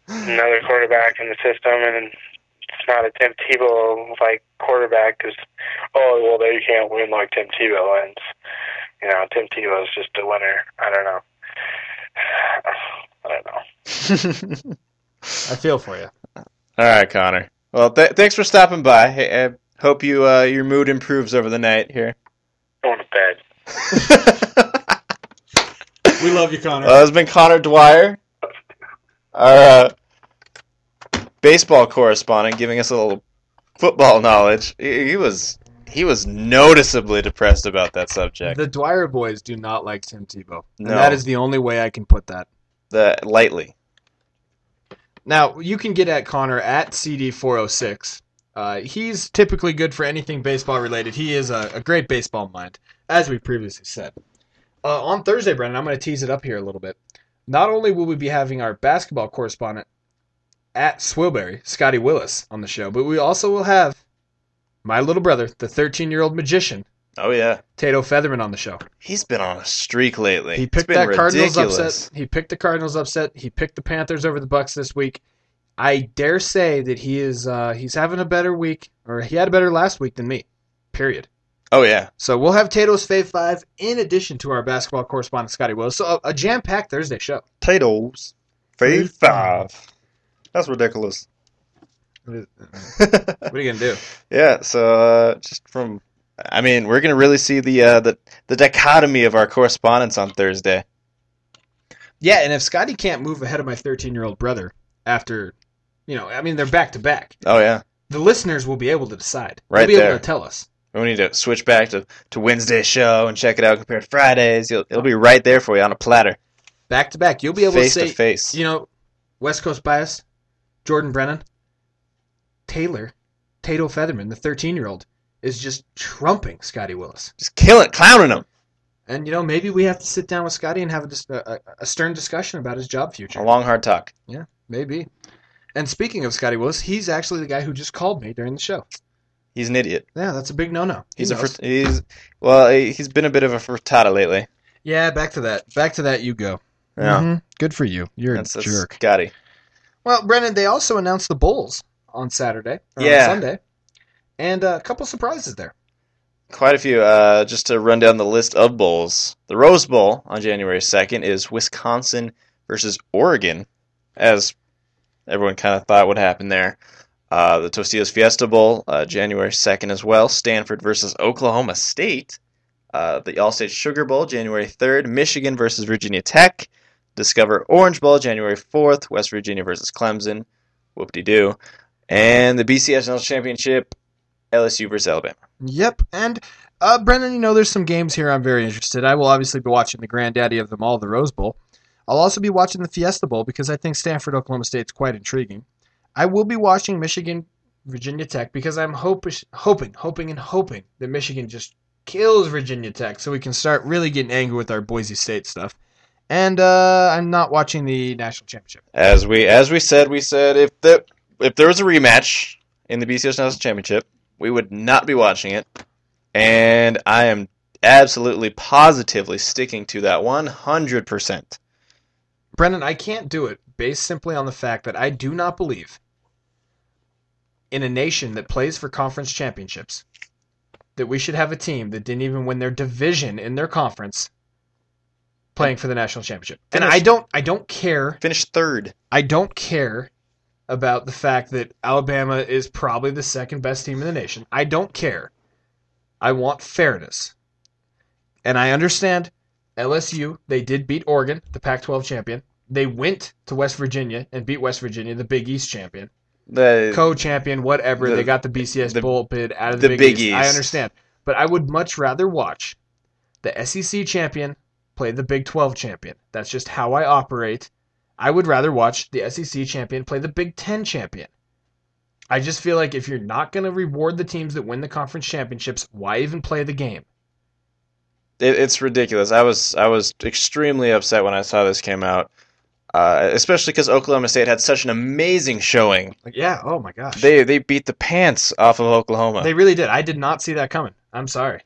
J: another quarterback in the system, and it's not a Tim Tebow like quarterback because oh well, they can't win like Tim Tebow, and you know Tim Tebow's just a winner. I don't know. I don't know.
F: I feel for you.
E: All right, Connor. Well, th- thanks for stopping by. Hey, I hope you uh, your mood improves over the night here.
J: Going to bed.
F: We love you, Connor.
E: Uh, it's been Connor Dwyer, our uh, baseball correspondent, giving us a little football knowledge. He, he was he was noticeably depressed about that subject.
F: the Dwyer boys do not like Tim Tebow. And
E: No.
F: that is the only way I can put that.
E: The, lightly,
F: Now, you can get at Connor at CD406. Uh, he's typically good for anything baseball related. He is a, a great baseball mind, as we previously said. Uh, on Thursday, Brendan, I'm going to tease it up here a little bit. Not only will we be having our basketball correspondent at Swillberry, Scotty Willis, on the show, but we also will have my little brother, the 13 year old magician,
E: Oh yeah,
F: Tato Featherman, on the show.
E: he's been on a streak lately.
F: He
E: It's
F: picked
E: been
F: that Cardinals
E: ridiculous.
F: upset. He picked the Cardinals upset. He picked the Panthers over the Bucks this week. I dare say that he is uh, he's having a better week, or he had a better last week than me. Period.
E: Oh yeah,
F: So we'll have Tato's Fave Five in addition to our basketball correspondent Scotty Willis. So uh, a, a jam-packed Thursday show.
E: Tato's phase five. That's ridiculous.
F: What are you gonna do?
E: Yeah, so uh, just from, I mean, we're gonna really see the uh, the the dichotomy of our correspondence on Thursday.
F: yeah, and if Scotty can't move ahead of my 13-year-old brother after, you know, I mean they're back to back.
E: Oh yeah,
F: The listeners will be able to decide.
E: Right
F: They'll be
E: there.
F: able to tell us.
E: we need to switch back to to Wednesday's show and check it out compared to Fridays. You'll, it'll be right there for you on a platter,
F: Back to back, you'll be able
E: face
F: to say
E: to face.
F: You know, West Coast bias, Jordan Brennan, Taylor, Tato Featherman, the 13 year old, is just trumping Scotty Willis.
E: Just killing, clowning them.
F: And, you know, maybe we have to sit down with Scotty and have a, dis- a, a- a stern discussion about his job future.
E: A long hard talk.
F: Maybe. And speaking of Scotty Willis, he's actually the guy who just called me during the show.
E: He's an idiot.
F: Yeah, that's a big no no.
E: He's a fr- he's well, he- he's been a bit of a frittata lately.
F: Yeah, back to that. Back to that, you go. Mm-hmm.
E: Yeah,
K: Mhm. Good for you. You're
E: that's,
K: a
E: that's
K: jerk.
E: Scotty.
F: Well, Brennan, they also announced the Bulls on Saturday, or
E: Yeah.
F: on Sunday, and uh, a couple surprises there.
E: Quite a few. Uh, just to run down the list of bowls, the Rose Bowl on January second is Wisconsin versus Oregon, as everyone kind of thought would happen there. Uh, the Tostitos Fiesta Bowl, uh, January second as well. Stanford versus Oklahoma State. Uh, the All-State Sugar Bowl, January third. Michigan versus Virginia Tech. Discover Orange Bowl, January fourth. West Virginia versus Clemson. Whoop-de-doo. And the BCS National Championship, LSU versus Alabama.
F: Yep, and uh, Brendan, you know, there's some games here I'm very interested. I will obviously be watching the granddaddy of them all, the Rose Bowl. I'll also be watching the Fiesta Bowl because I think Stanford Oklahoma State's quite intriguing. I will be watching Michigan Virginia Tech because I'm hopish, hoping, hoping, and hoping that Michigan just kills Virginia Tech so we can start really getting angry with our Boise State stuff. And uh, I'm not watching the national championship.
E: As we as we said, we said if the if there was a rematch in the BCS National Championship, we would not be watching it. And I am absolutely positively sticking to that 100%.
F: Brendan, I can't do it based simply on the fact that I do not believe in a nation that plays for conference championships that we should have a team that didn't even win their division in their conference playing for the national championship. And I don't I don't care.
E: Finished third.
F: I don't care about the fact that Alabama is probably the second best team in the nation. I don't care. I want fairness. And I understand LSU, they did beat Oregon, the Pac 12 champion. They went to West Virginia and beat West Virginia, the Big East champion,
E: The
F: co champion, whatever.
E: The-
F: they got the BCS
E: the-
F: bowl bid out of the,
E: the
F: Big,
E: Big
F: East. I
E: East.
F: understand. But I would much rather watch the SEC champion play the Big 12 champion. That's just how I operate. I would rather watch the SEC champion play the Big 10 champion. I just feel like if you're not going to reward the teams that win the conference championships, why even play the game?
E: it, it's ridiculous. I was I was extremely upset when I saw this came out. Uh, especially because Oklahoma State had such an amazing showing.
F: Like, yeah, oh my gosh. They,
E: They they beat the pants off of Oklahoma.
F: they really did. I did not see that coming. I'm sorry.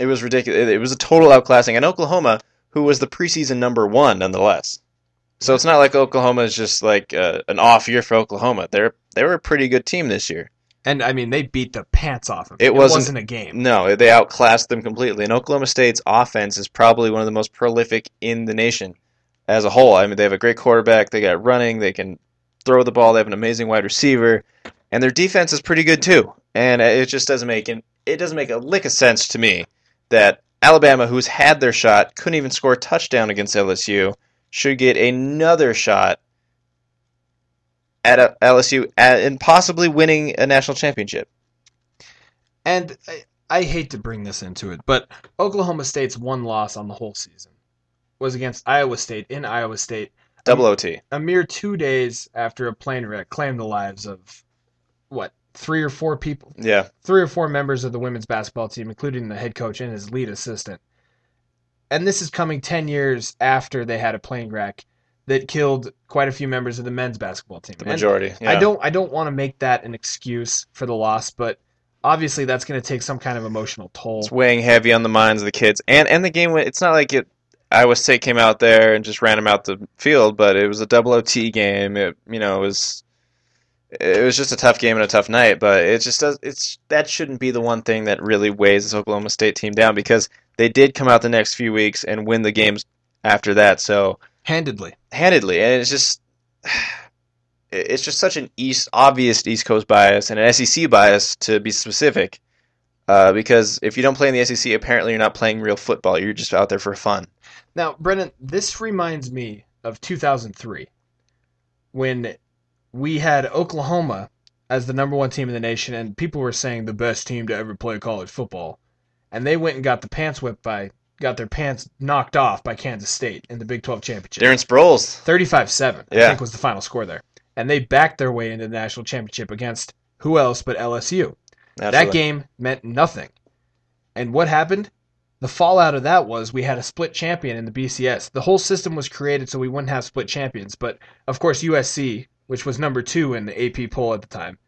E: It was ridiculous. It, it was a total outclassing. And Oklahoma, who was the preseason number one, nonetheless. So it's not like Oklahoma is just like uh, an off year for Oklahoma. They're they were a pretty good team this year.
F: And I mean, they beat the pants off of
E: It
F: it. It
E: wasn't-
F: wasn't, a game.
E: No, they outclassed them completely. And Oklahoma State's offense is probably one of the most prolific in the nation as a whole. I mean, they have a great quarterback. They got running. They can throw the ball. They have an amazing wide receiver, and their defense is pretty good too. And it just doesn't make an, it doesn't make a lick of sense to me that Alabama, who's had their shot, couldn't even score a touchdown against LSU, should get another shot at a, LSU at, and possibly winning a national championship.
F: And I, I hate to bring this into it, but Oklahoma State's one loss on the whole season was against Iowa State in Iowa State.
E: Double OT.
F: a mere two days after a plane wreck claimed the lives of what three or four people,
E: Yeah.
F: three or four members of the women's basketball team, including the head coach and his lead assistant. And this is coming 10 years after they had a plane wreck that killed quite a few members of the men's basketball team.
E: The
F: And
E: majority.
F: I
E: yeah.
F: don't I don't want to make that an excuse for the loss, but obviously that's going to take some kind of emotional toll.
E: It's weighing heavy on the minds of the kids, and and the game. went- It's not like it. Iowa State came out there and just ran them out the field, but it was a double OT game. It you know it was it was just a tough game and a tough night, but it just does. It's that shouldn't be the one thing that really weighs this Oklahoma State team down because they did come out the next few weeks and win the games after that. So
F: Handedly.
E: handedly, and it's just it- it's just such an east obvious East Coast bias and an SEC bias to be specific, uh, because if you don't play in the SEC, apparently you're not playing real football. You're just out there for fun.
F: Now, Brennan, this reminds me of 2003 when we had Oklahoma as the number one team in the nation, and people were saying the best team to ever play college football. And they went and got the pants whipped by, got their pants knocked off by Kansas State in the Big 12 championship.
E: Darren Sproles,
F: 35 7, I
E: Yeah.
F: think was the final score there. And they backed their way into the national championship against who else but LSU. That
E: Absolutely.
F: game meant nothing. And what happened? The fallout of that was we had a split champion in the BCS. The whole system was created so we wouldn't have split champions. But of course, USC, which was number two in the AP poll at the time,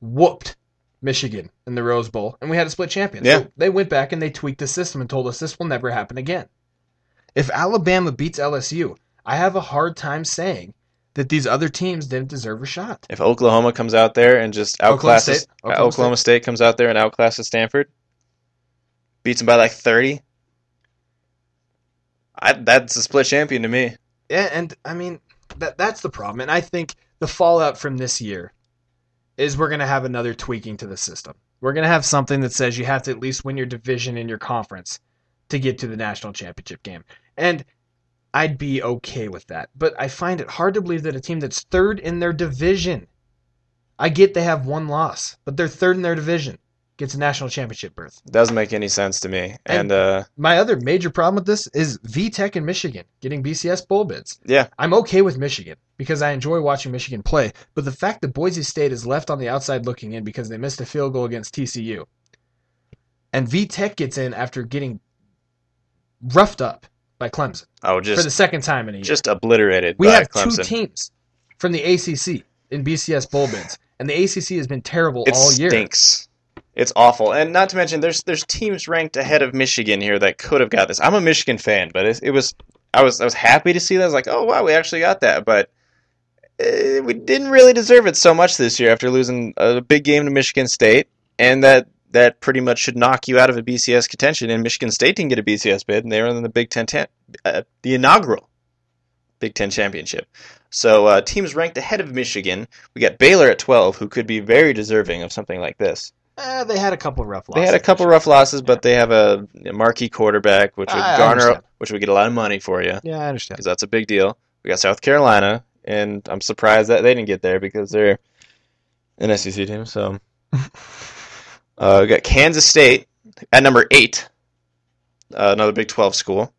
F: whooped Michigan in the Rose Bowl, and we had a split champion.
E: Yeah.
F: So they went back and they tweaked the system and told us this will never happen again. If Alabama beats LSU, I have a hard time saying that these other teams didn't deserve a shot.
E: If Oklahoma comes out there and just
F: Oklahoma
E: outclasses
F: State?
E: uh,
F: Oklahoma
E: Oklahoma, State. comes out there and outclasses Stanford, beats them by like thirty. I, that's a split champion to me.
F: Yeah, and I mean that that's the problem. And I think the fallout from this year is we're gonna have another tweaking to the system. We're gonna have something that says you have to at least win your division in your conference to get to the national championship game. And I'd be okay with that. But I find it hard to believe that a team that's third in their division, I get they have one loss, but they're third in their division, gets a national championship berth.
E: Doesn't make any sense to me.
F: And-
E: And uh,
F: My other major problem with this is VTech and Michigan getting BCS bowl bids.
E: yeah,
F: I'm okay with Michigan because I enjoy watching Michigan play, but the fact that Boise State is left on the outside looking in because they missed a field goal against TCU and V Tech gets in after getting roughed up by Clemson
E: oh,
F: for
E: just
F: the second time in a year.
E: just obliterated
F: we
E: by
F: have
E: Clemson.
F: two teams from the ACC in BCS bowl bids, and the ACC has been terrible
E: it
F: all year.
E: stinks. It's awful, and not to mention there's there's teams ranked ahead of Michigan here that could have got this. I'm a Michigan fan, but it, it was I was I was happy to see that. I was like, oh wow, we actually got that, but uh, we didn't really deserve it so much this year after losing a big game to Michigan State, and that that pretty much should knock you out of a BCS contention. And Michigan State didn't get a BCS bid, and they were in the Big Ten, ten uh, the inaugural Big Ten championship. So uh, teams ranked ahead of Michigan. We got Baylor at 12, who could be very deserving of something like this.
F: Eh, they had a couple of rough losses.
E: They had a couple rough losses, but they have a marquee quarterback, which would
F: I- I
E: garner,
F: understand.
E: which would get a lot of money for you,
F: Yeah, I understand.
E: because that's a big deal. We got South Carolina, and I'm surprised that they didn't get there because they're an SEC team. So uh, we got Kansas State at number eight, uh, another Big 12 school.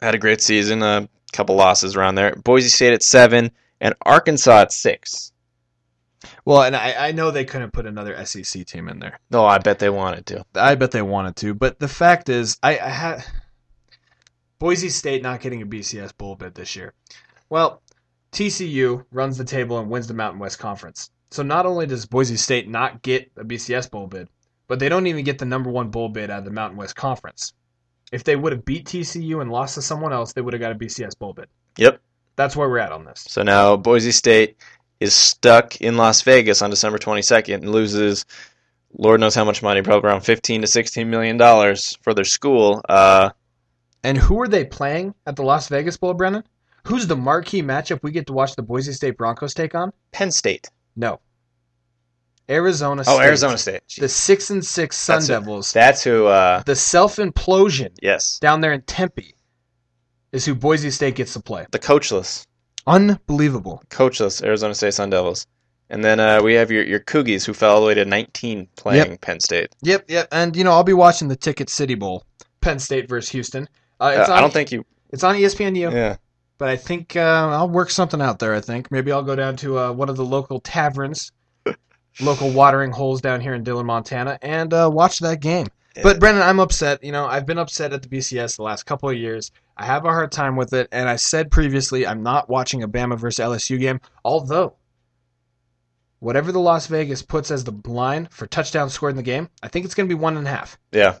E: Had a great season, a couple losses around there. Boise State at seven, and Arkansas at six.
F: Well, and I, I know they couldn't put another SEC team in there.
E: No, I bet they wanted to.
F: I bet they wanted to, but the fact is, I, I had Boise State not getting a BCS bowl bid this year. Well, TCU runs the table and wins the Mountain West Conference. So not only does Boise State not get a BCS bowl bid, but they don't even get the number one bowl bid out of the Mountain West Conference. If they would have beat TCU and lost to someone else, they would have got a BCS bowl bid.
E: Yep.
F: That's where we're at on this.
E: So now Boise State is stuck in Las Vegas on December 22nd and loses, Lord knows how much money, probably around 15 to 16 million dollars for their school. Uh,
F: And who are they playing at the Las Vegas Bowl, Brennan? Who's the marquee matchup we get to watch the Boise State Broncos take on?
E: Penn State.
F: No. Arizona
E: Oh,
F: State.
E: Arizona State.
F: The six and six Sun
E: That's it.
F: Devils.
E: That's who. Uh,
F: The self implosion
E: yes,
F: down there in Tempe is who Boise State gets to play.
E: the coachless,
F: Unbelievable.
E: coachless Arizona State Sun Devils. And then uh, we have your your Cougies who fell all the way to 19 playing Penn State.
F: Yep, yep. And you know, I'll be watching the Ticket City Bowl. Penn State versus Houston. Uh,
E: Uh,
F: it's on,
E: I don't think you.
F: it's on E ESPNU,
E: Yeah.
F: but I think uh, I'll work something out there. I think maybe I'll go down to uh, one of the local taverns, local watering holes down here in Dillon, Montana, and uh, watch that game. But Brendan, I'm upset. You know, I've been upset at the BCS the last couple of years. I have a hard time with it, and I said previously I'm not watching a Bama versus LSU game. Although, whatever the Las Vegas puts as the line for touchdowns scored in the game, I think it's going to be one and a half.
E: Yeah,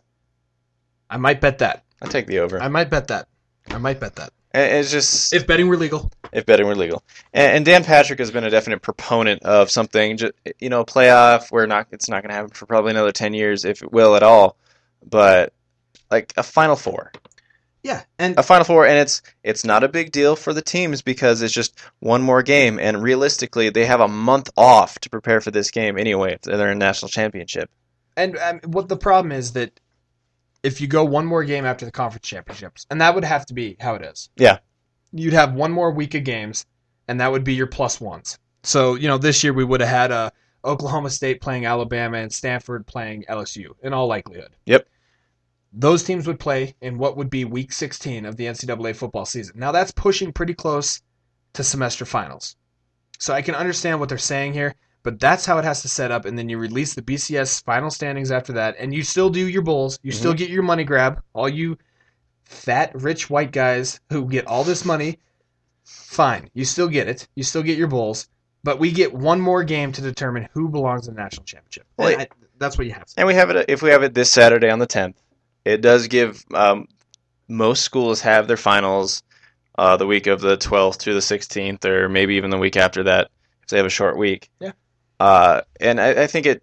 F: I might bet that.
E: I'll take the over.
F: I might bet that. I might bet that.
E: And it's just
F: If betting were legal,
E: if betting were legal. And, and Dan Patrick has been a definite proponent of something, ju- you know, playoff. We're not. It's not going to happen for probably another ten years, if it will at all. But like a Final Four,
F: yeah. And
E: a Final Four, and it's it's not a big deal for the teams because it's just one more game, and realistically, they have a month off to prepare for this game anyway. If they're in national championship,
F: and um, what the problem is that if you go one more game after the conference championships, and that would have to be how it is.
E: Yeah.
F: You'd have one more week of games, and that would be your plus ones. So you know, this year we would have had uh, Oklahoma State playing Alabama and Stanford playing LSU in all likelihood.
E: Yep.
F: Those teams would play in what would be week 16 of the NCAA football season. Now that's pushing pretty close to semester finals. So I can understand what they're saying here, but that's how it has to set up. And then you release the BCS final standings after that, and you still do your bowls. You
E: Mm-hmm.
F: still get your money grab. All you fat, rich white guys who get all this money, fine. You still get it. You still get your bowls. But we get one more game to determine who belongs in the national championship. And
E: Well,
F: I- that's what you have to
E: and we have it if we have it this Saturday on the tenth, it does give um, most schools have their finals uh, the week of the twelfth through the sixteenth, or maybe even the week after that if they have a short week.
F: Yeah.
E: Uh, and I, I think it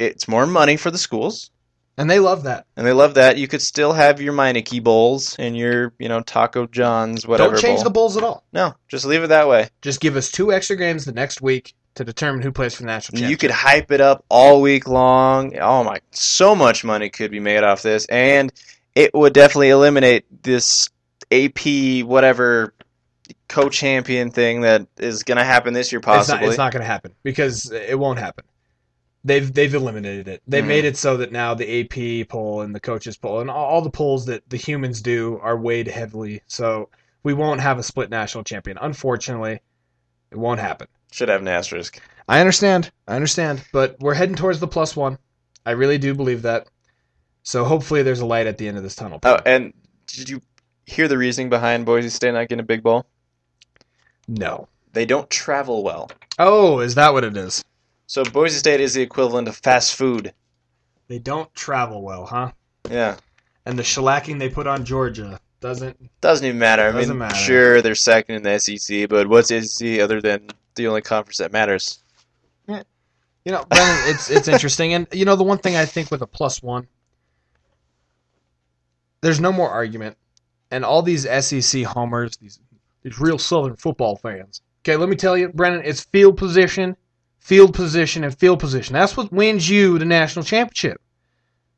E: it's more money for the schools.
F: And they love that.
E: and they love that. You could still have your Meineke bowls and your, you know, Taco John's, whatever.
F: Don't change
E: bowl.
F: the bowls at all.
E: No, just leave it that way.
F: Just give us two extra games the next week to determine who plays for the national
E: You
F: championship.
E: could hype it up all week long. Oh my, so much money could be made off this, and it would definitely eliminate this AP whatever co-champion thing that is going to happen this year
F: It's not,
E: possibly.
F: it's not going to happen because it won't happen. They've they've eliminated it. They
E: Mhm.
F: made it so that now the AP poll and the coaches poll and all, all the polls that the humans do are weighed heavily. So we won't have a split national champion. Unfortunately, it won't happen.
E: Should have an asterisk.
F: I understand. I understand. But we're heading towards the plus one. I really do believe that. So hopefully there's a light at the end of this tunnel.
E: Oh, and did you hear the reasoning behind Boise State not getting a big bowl?
F: no.
E: They don't travel well.
F: Oh, is that what it is?
E: So Boise State is the equivalent of fast food.
F: They don't travel well, huh?
E: Yeah.
F: And the shellacking they put on Georgia doesn't
E: Doesn't even matter. I
F: Doesn't
E: mean,
F: matter.
E: sure, they're second in the SEC, but what's the SEC other than the only conference that matters?
F: You know, Brennan, it's it's interesting, and you know the one thing I think with a plus one, there's no more argument, and all these SEC homers, these these real Southern football fans. Okay, let me tell you, Brennan, it's field position, field position, and field position. That's what wins you the national championship.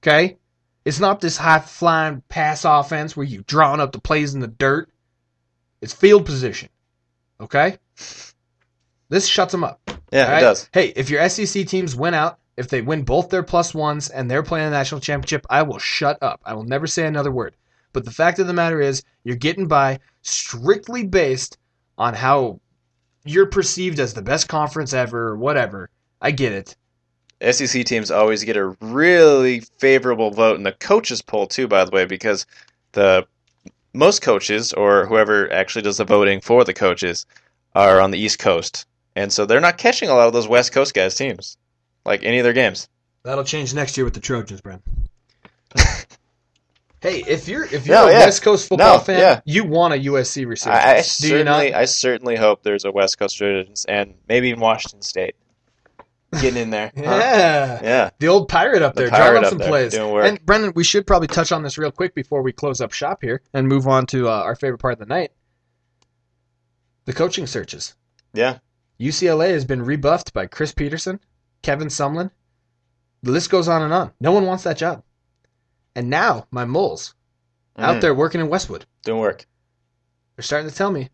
F: Okay, it's not this high flying pass offense where you drawing up the plays in the dirt. It's field position. Okay, this shuts them up.
E: Yeah,
F: All right?
E: it does.
F: Hey, if your SEC teams win out, if they win both their plus ones and they're playing the national championship, I will shut up. I will never say another word. But the fact of the matter is, you're getting by strictly based on how you're perceived as the best conference ever or whatever. I get it.
E: SEC E teams always get a really favorable vote in the coaches poll too, by the way, because the most coaches or whoever actually does the voting for the coaches are on the East Coast, and so they're not catching a lot of those West Coast guys' teams, like any of their games.
F: That'll change next year with the Trojans, Brent. hey, if you're if you're
E: No,
F: a
E: yeah.
F: West Coast football
E: No,
F: fan,
E: yeah.
F: you want a USC receiver.
E: I, I
F: do you not?
E: certainly, uh-huh. I certainly hope there's a West Coast Trojans and maybe even Washington State getting in there. huh?
F: Yeah.
E: Yeah.
F: The old pirate up
E: The
F: there,
E: pirate
F: driving
E: up
F: some
E: there,
F: plays.
E: doing work.
F: And Brendan, we should probably touch on this real quick before we close up shop here and move on to uh, our favorite part of the night: the coaching searches.
E: Yeah.
F: UCLA has been rebuffed by Chris Peterson, Kevin Sumlin. The list goes on and on. No one wants that job. And now my moles
E: Mhm.
F: out there working in Westwood,
E: Doing work.
F: they're starting to tell me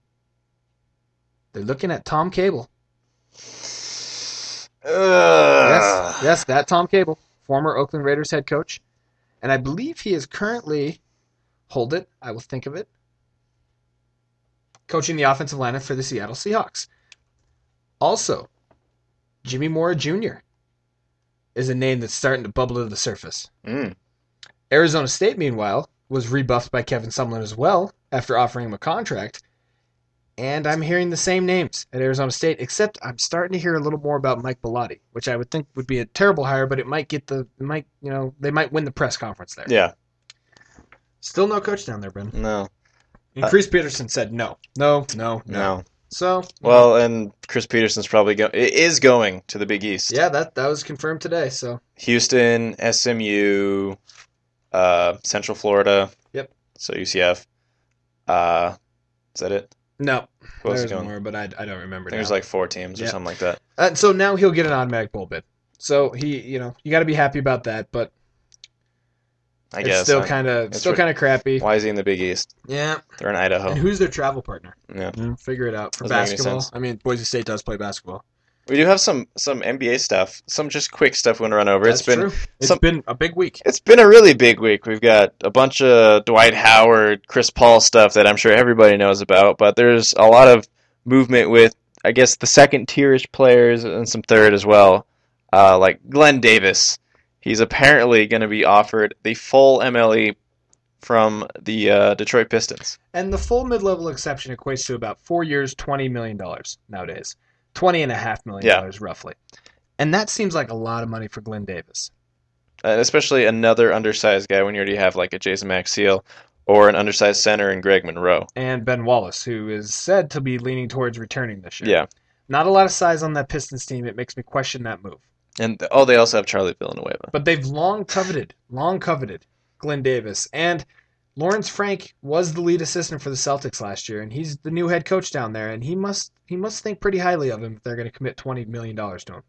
F: they're looking at Tom Cable.
E: Ugh.
F: Yes, yes, that Tom Cable, former Oakland Raiders head coach, and I believe he is currently, hold it, I will think of it, coaching the offensive lineup for the Seattle Seahawks. Also, Jimmy Mora Jr. is a name that's starting to bubble to the surface.
E: Mm.
F: Arizona State, meanwhile, was rebuffed by Kevin Sumlin as well after offering him a contract. And I'm hearing the same names at Arizona State, except I'm starting to hear a little more about Mike Bellotti, which I would think would be a terrible hire, but it might get the it might you know they might win the press conference there.
E: Yeah. Uh,
F: Still no coach down there, Ben.
E: No.
F: And Chris Peterson said no, no, no, no.
E: No.
F: So
E: Well, and Chris Peterson's probably go- is going to the Big East.
F: yeah, that that was confirmed today. So
E: Houston, SMU, uh, Central Florida.
F: Yep.
E: So UCF. Uh, is that it?
F: no,
E: Who else is
F: there's
E: going?
F: more, but I, I don't remember.
E: There's
F: now.
E: like four teams or
F: Yeah.
E: something like that.
F: Uh, so now he'll get an automatic bowl bid. So he, you know, you got to be happy about that, but
E: I
F: it's
E: guess.
F: still
E: huh?
F: kind of
E: It's
F: still
E: re-
F: kind of crappy.
E: Why is he in the Big East?
F: Yeah.
E: They're in
F: And
E: Idaho.
F: who's their travel partner?
E: Yeah.
F: Figure it out for
E: Doesn't make any
F: basketball.
E: sense.
F: I mean, Boise State does play basketball.
E: We do have some some NBA stuff, some just quick stuff we want to run over.
F: That's
E: it's been
F: true. It's
E: some-
F: been a big week.
E: It's been a really big week. We've got a bunch of Dwight Howard, Chris Paul stuff that I'm sure everybody knows about, but there's a lot of movement with, I guess, the second tierish players and some third as well. Uh, like Glenn Davis, he's apparently going to be offered the full MLE from the uh, Detroit Pistons.
F: And the full mid-level exception equates to about four years, twenty million dollars nowadays, twenty and a half million
E: Yeah.
F: dollars roughly. And that seems like a lot of money for Glenn Davis.
E: And especially another undersized guy when you already have like a Jason Maxiel or an undersized center in Greg Monroe.
F: And Ben Wallace, who is said to be leaning towards returning this year.
E: Yeah.
F: Not a lot of size on that Pistons team. It makes me question that move.
E: And oh, they also have Charlie Villanueva.
F: But they've long coveted, long coveted Glenn Davis. And Lawrence Frank was the lead assistant for the Celtics last year, and he's the new head coach down there, and he must he must think pretty highly of him if they're gonna commit twenty million dollars to him.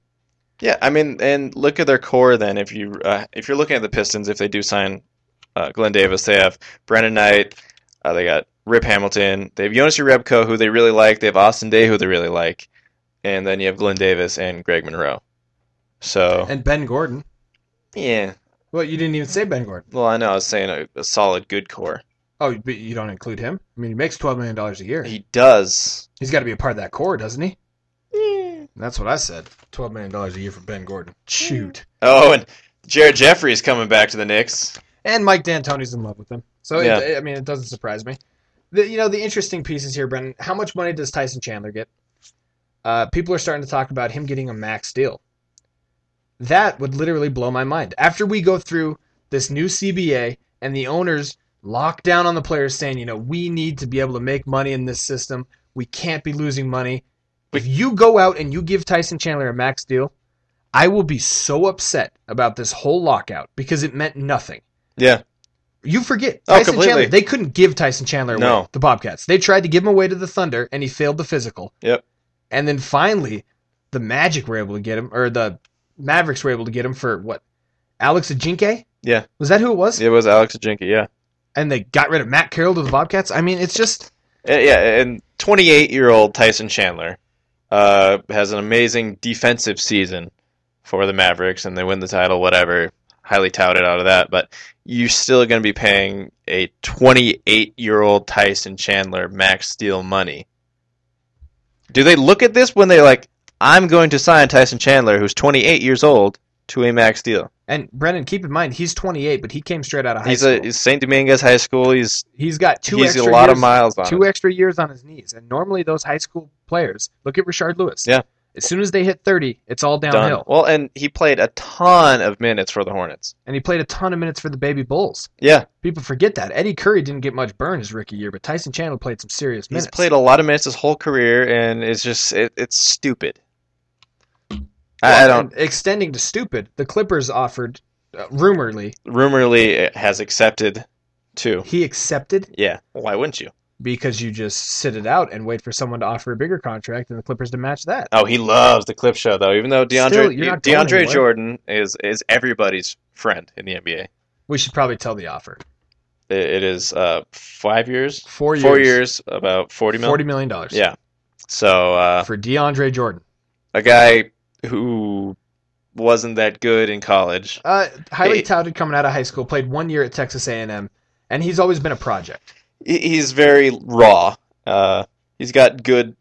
E: Yeah, I mean, and look at their core then. If you uh, if you're looking at the Pistons, if they do sign uh, Glenn Davis, they have Brandon Knight, uh, they got Rip Hamilton, they have Jonas Urebko, who they really like, they have Austin Day, who they really like, and then you have Glenn Davis and Greg Monroe. So
F: And Ben Gordon.
E: yeah,
F: Well, you didn't even say Ben Gordon.
E: well, I know I was saying a, a solid good core.
F: Oh, but you don't include him? I mean he makes twelve million dollars a year.
E: He does.
F: He's gotta be a part of that core, doesn't he? That's what I said. Twelve million dollars a year for Ben Gordon. Shoot.
E: Oh, and Jared Jeffrey is coming back to the Knicks.
F: And Mike D'Antoni's in love with him. So,
E: Yeah.
F: it, I mean, it doesn't surprise me. The, you know, the interesting piece is here, Brendan. How much money does Tyson Chandler get? Uh, people are starting to talk about him getting a max deal. That would literally blow my mind. After we go through this new CBA and the owners lock down on the players saying, you know, we need to be able to make money in this system. We can't be losing money. If you go out and you give Tyson Chandler a max deal, I will be so upset about this whole lockout because it meant nothing.
E: Yeah,
F: You forget
E: Oh,
F: Tyson
E: completely.
F: Chandler. They couldn't give Tyson Chandler away.
E: No.
F: The Bobcats. They tried to give him away to the Thunder, and he failed the physical.
E: Yep.
F: And then finally, the Magic were able to get him, or the Mavericks were able to get him for what? Alex Ajinke.
E: Yeah.
F: Was that who it was?
E: it was Alex Ajinka. Yeah.
F: And they got rid of Matt Carroll to the Bobcats. I mean, it's just
E: Uh, Yeah, and 28 year old Tyson Chandler uh, has an amazing defensive season for the Mavericks, and they win the title, whatever. Highly touted out of that, but you're still going to be paying a 28 year old Tyson Chandler max steel money. Do they look at this when they like, I'm going to sign Tyson Chandler, who's 28 years old, to a max deal?
F: and Brendan. Keep in mind, he's 28, but he came straight out of high
E: He's
F: school.
E: a he's St. Dominguez High School. He's
F: he's got two.
E: he's
F: extra
E: a lot
F: years,
E: of miles on
F: Two
E: him.
F: extra years on his knees, and normally those high school players. Look at Richard Lewis.
E: Yeah.
F: As soon as they hit 30, it's all
E: Done.
F: downhill.
E: Well, and he played a ton of minutes for the Hornets.
F: and he played a ton of minutes for the Baby Bulls.
E: Yeah,
F: People forget that Eddie Curry didn't get much burn his rookie year, but Tyson Chandler played some serious minutes.
E: He's played a lot of minutes his whole career, and it's just it, it's stupid. I,
F: Well,
E: I don't.
F: and Extending to stupid, the Clippers offered, uh, rumorly,
E: Rumorly has accepted too.
F: he accepted
E: Yeah, why wouldn't you?
F: because you just sit it out and wait for someone to offer a bigger contract and the Clippers to match that.
E: Oh, he loves the clip show though. Even though DeAndre
F: Still, you're not going
E: DeAndre
F: anywhere.
E: Jordan is is everybody's friend in the NBA.
F: We should probably tell the offer.
E: It, it is uh five years,
F: Four years.
E: four years, about forty
F: $40
E: million.
F: million.
E: Yeah. So uh,
F: For DeAndre Jordan.
E: a guy who wasn't that good in college.
F: Uh, highly
E: Hey.
F: touted coming out of high school, played one year at Texas A&M, and he's always been a project.
E: he- he's very raw. Uh, he's got good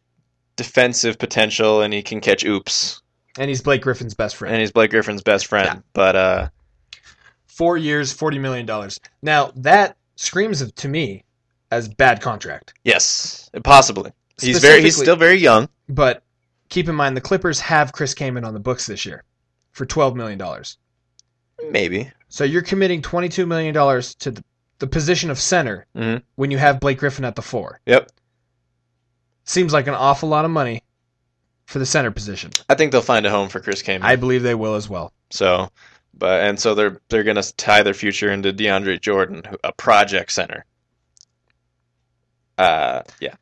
E: defensive potential, and he can catch oops.
F: and he's Blake Griffin's best friend.
E: and he's Blake Griffin's best friend. But uh,
F: Four years, forty million dollars. Now that screams of, to me as bad contract.
E: yes, possibly. He's very he's
F: Specifically-
E: still very young.
F: But keep in mind the Clippers have Chris Kaman on the books this year for twelve million dollars.
E: Maybe
F: So you're committing twenty two million dollars to the, the position of center
E: Mhm.
F: when you have Blake Griffin at the four.
E: Yep.
F: Seems like an awful lot of money for the center position.
E: I think they'll find a home for Chris Kaman.
F: I believe they will as well.
E: So, but and so they're they're gonna tie their future into DeAndre Jordan, who- a project center. Uh, yeah,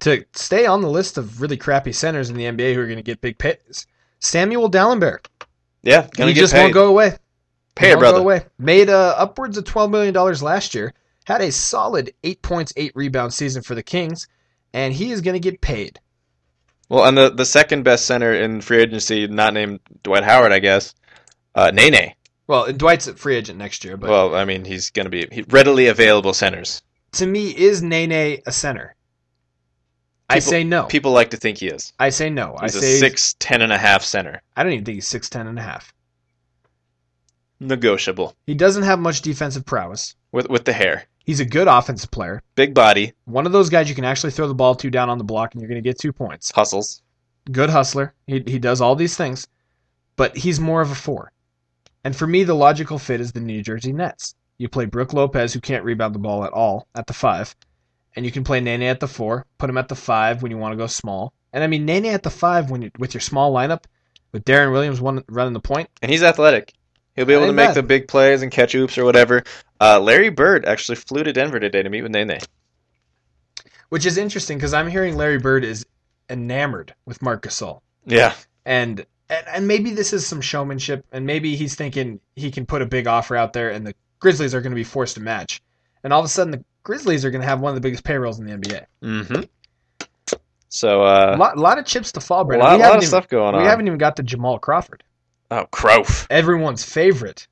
F: To stay on the list of really crappy centers in the NBA who are going to get big pays, Samuel Dallenberg.
E: yeah, gonna
F: he
E: get
F: just
E: paid.
F: won't go away.
E: Pay
F: He
E: her,
F: won't
E: brother.
F: Go away. Made uh, upwards of twelve million dollars last year. Had a solid eight points, eight rebound season for the Kings, and he is going to get paid.
E: Well, and the the second best center in free agency, not named Dwight Howard, I guess. Uh, Nene.
F: Well, and Dwight's a free agent next year, but
E: Well, I mean, he's gonna be he, readily available centers.
F: to me, is Nene a center? I
E: People-
F: say no.
E: People like to think he is.
F: I say no. I
E: He's a
F: say
E: six ten and a half center,
F: I don't even think he's six ten and a half.
E: negotiable
F: He doesn't have much defensive prowess.
E: with with the hair,
F: He's a good offensive player.
E: big body,
F: One of those guys you can actually throw the ball to down on the block, and you're going to get two points.
E: hustles.
F: good hustler. He he does all these things, but he's more of a four. And for me, the logical fit is the New Jersey Nets. You play Brooke Lopez, who can't rebound the ball at all, at the five, and you can play Nene at the four. Put him at the five when you want to go small. And I mean Nene at the five when you, with your small lineup, with Darren Williams one running the point.
E: and he's athletic. He'll be able to
F: Ain't
E: make
F: bad.
E: the big plays and catch oops or whatever. Uh, Larry Bird actually flew to Denver today to meet with Nene.
F: which is interesting because I'm hearing Larry Bird is enamored with Marc Gasol,
E: Yeah,
F: and, and and maybe this is some showmanship, and maybe he's thinking he can put a big offer out there, and the Grizzlies are going to be forced to match, and all of a sudden the Grizzlies are going to have one of the biggest payrolls in the NBA.
E: Mm-hmm. So
F: A
E: uh,
F: lot, lot of chips to fall,
E: a
F: Brandon.
E: lot,
F: we
E: lot
F: haven't
E: of
F: even,
E: stuff going
F: we
E: on.
F: haven't even got to Jamal Crawford,
E: Oh, Croaf,
F: everyone's favorite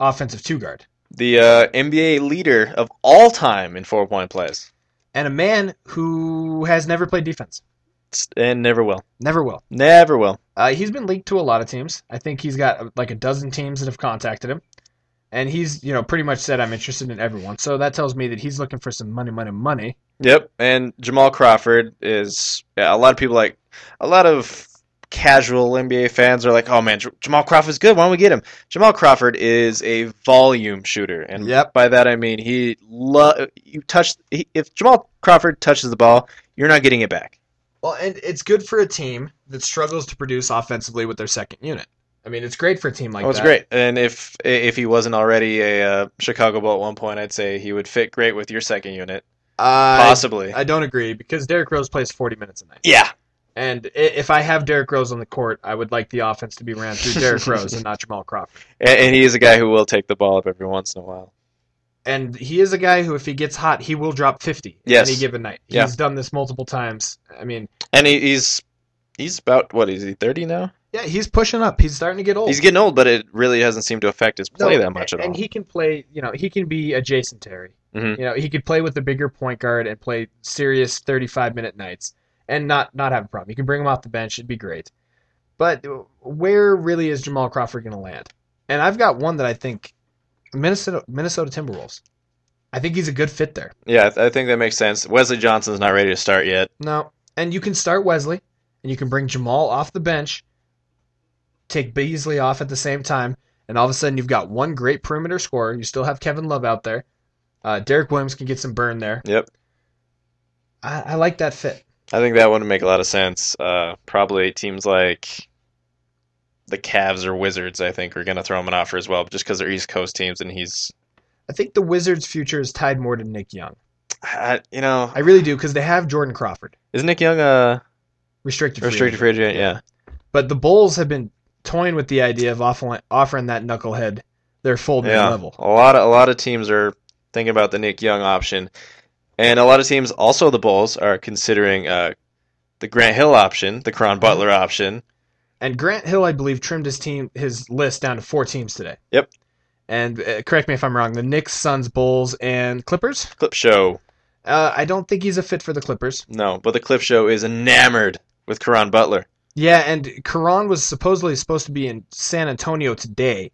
F: offensive two guard,
E: the uh, NBA leader of all time in four point plays,
F: and a man who has never played defense,
E: S- and never will,
F: never will.
E: never will.
F: Uh, he's been linked to a lot of teams. I think he's got uh, like a dozen teams that have contacted him, and he's you know pretty much said I'm interested in everyone. So that tells me that he's looking for some money, money, money.
E: Yep, and Jamal Crawford is yeah, a lot of people like a lot of casual NBA fans are like, "Oh man, J- Jamal Crawford's good. Why don't we get him?" Jamal Crawford is a volume shooter, and
F: Yep.
E: by that I mean he lo- you touch he, if Jamal Crawford touches the ball, you're not getting it back.
F: Well, and it's good for a team that struggles to produce offensively with their second unit. I mean, it's great for a team like
E: That was
F: that.
E: Oh, great. And if if he wasn't already a uh, Chicago Bull at one point, I'd say he would fit great with your second unit,
F: Uh,
E: possibly.
F: I don't agree because Derrick Rose plays 40 minutes a night,
E: yeah,
F: and i- if I have Derrick Rose on the court, I would like the offense to be ran through Derrick Rose and not Jamal Crawford.
E: and, and he is a guy who will take the ball up every once in a while.
F: and he is a guy who, if he gets hot, he will drop 50 in
E: Yes.
F: any given night. He's
E: Yeah.
F: done this multiple times. I mean,
E: And he, he's he's about what is he thirty now?
F: yeah, he's pushing up. He's starting to get old.
E: He's getting old, but it really hasn't seemed to affect his
F: Oh. No,
E: play that much at
F: and
E: all.
F: he can play. You know, he can be a Jason Terry.
E: Mhm.
F: You know, he could play with the bigger point guard and play serious 35 minute nights and not not have a problem. You can bring him off the bench; it'd be great. But where really is Jamal Crawford going to land? And I've got one that I think Minnesota Minnesota Timberwolves. I think he's a good fit there.
E: yeah, I, th- I think that makes sense. Wesley Johnson's not ready to start yet.
F: No. And you can start Wesley, and you can bring Jamal off the bench, take Beasley off at the same time, and all of a sudden you've got one great perimeter scorer. You still have Kevin Love out there. Uh, Derek Williams can get some burn there.
E: Yep,
F: I, I like that fit.
E: I think that would make a lot of sense. Uh, probably teams like the Cavs or Wizards, I think, are going to throw him an offer as well, just because they're East Coast teams, and he's,
F: I think the Wizards' future is tied more to Nick Young.
E: I, you know,
F: I really do because they have Jordan Crawford,
E: is Nick Young a
F: restricted free
E: restricted
F: agent.
E: free agent? Yeah,
F: But the Bulls have been toying with the idea of offering, offering that knucklehead their full man
E: yeah.
F: level.
E: A lot of a lot of teams are thinking about the Nick Young option, and a lot of teams, also the Bulls, are considering uh, the Grant Hill option, the
F: Mm-hmm.
E: Cron Butler option.
F: And Grant Hill, I believe, trimmed his team his list down to four teams today.
E: Yep.
F: And uh, correct me if I'm wrong. The Knicks, Suns, Bulls, and Clippers.
E: Clip Show.
F: Uh, I don't think he's a fit for the Clippers.
E: No, but the Clip Show is enamored with Karan Butler.
F: Yeah, and Karan was supposedly supposed to be in San Antonio today,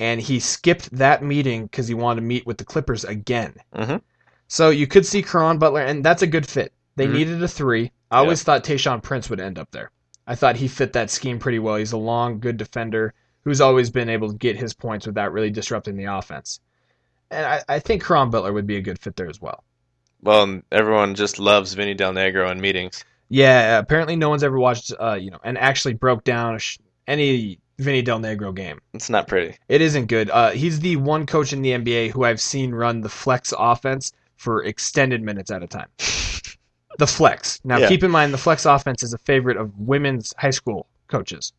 F: and he skipped that meeting because he wanted to meet with the Clippers again.
E: Mhm.
F: So you could see Karan Butler, and that's a good fit. They
E: Mhm.
F: needed a three. I always thought Tayshawn Prince would end up there. I thought he fit that scheme pretty well. He's a long, good defender who's always been able to get his points without really disrupting the offense. And I, I think Karan Butler would be a good fit there as well.
E: Well, and everyone just loves Vinny Del Negro in meetings.
F: Yeah, apparently no one's ever watched, uh, you know, and actually broke down a sh- any Vinny Del Negro game.
E: It's not pretty.
F: It isn't good. Uh, he's the one coach in the NBA who I've seen run the flex offense for extended minutes at a time. The flex. Now,
E: Yeah.
F: keep in mind, the flex offense is a favorite of women's high school coaches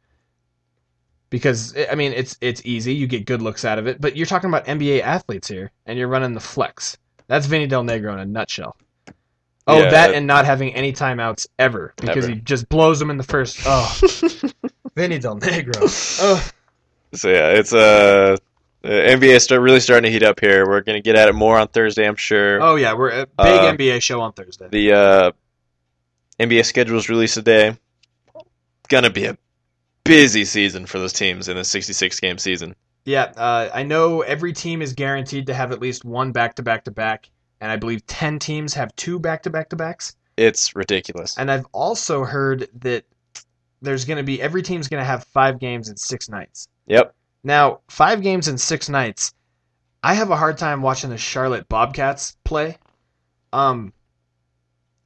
F: because I mean, it's it's easy. You get good looks out of it, but you're talking about NBA athletes here, and you're running the flex. That's Vinny Del Negro in a nutshell. Oh,
E: Yeah,
F: that,
E: that-
F: and not having any timeouts ever because
E: Ever.
F: he just blows them in the first. Oh, Vinny Del Negro. Oh.
E: So yeah, it's uh, the NBA start really starting to heat up here. We're gonna get at it more on Thursday, I'm sure.
F: Oh yeah, we're a big
E: Uh,
F: NBA show on Thursday.
E: The uh, NBA schedule is released today. Gonna be a busy season for those teams in the 66 game season.
F: Yeah, uh, I know every team is guaranteed to have at least one back to back to back, and I believe ten teams have two back to back to backs.
E: It's ridiculous.
F: And I've also heard that there's going to be every team's going to have five games in six nights.
E: Yep.
F: Now, five games in six nights, I have a hard time watching the Charlotte Bobcats play. Um,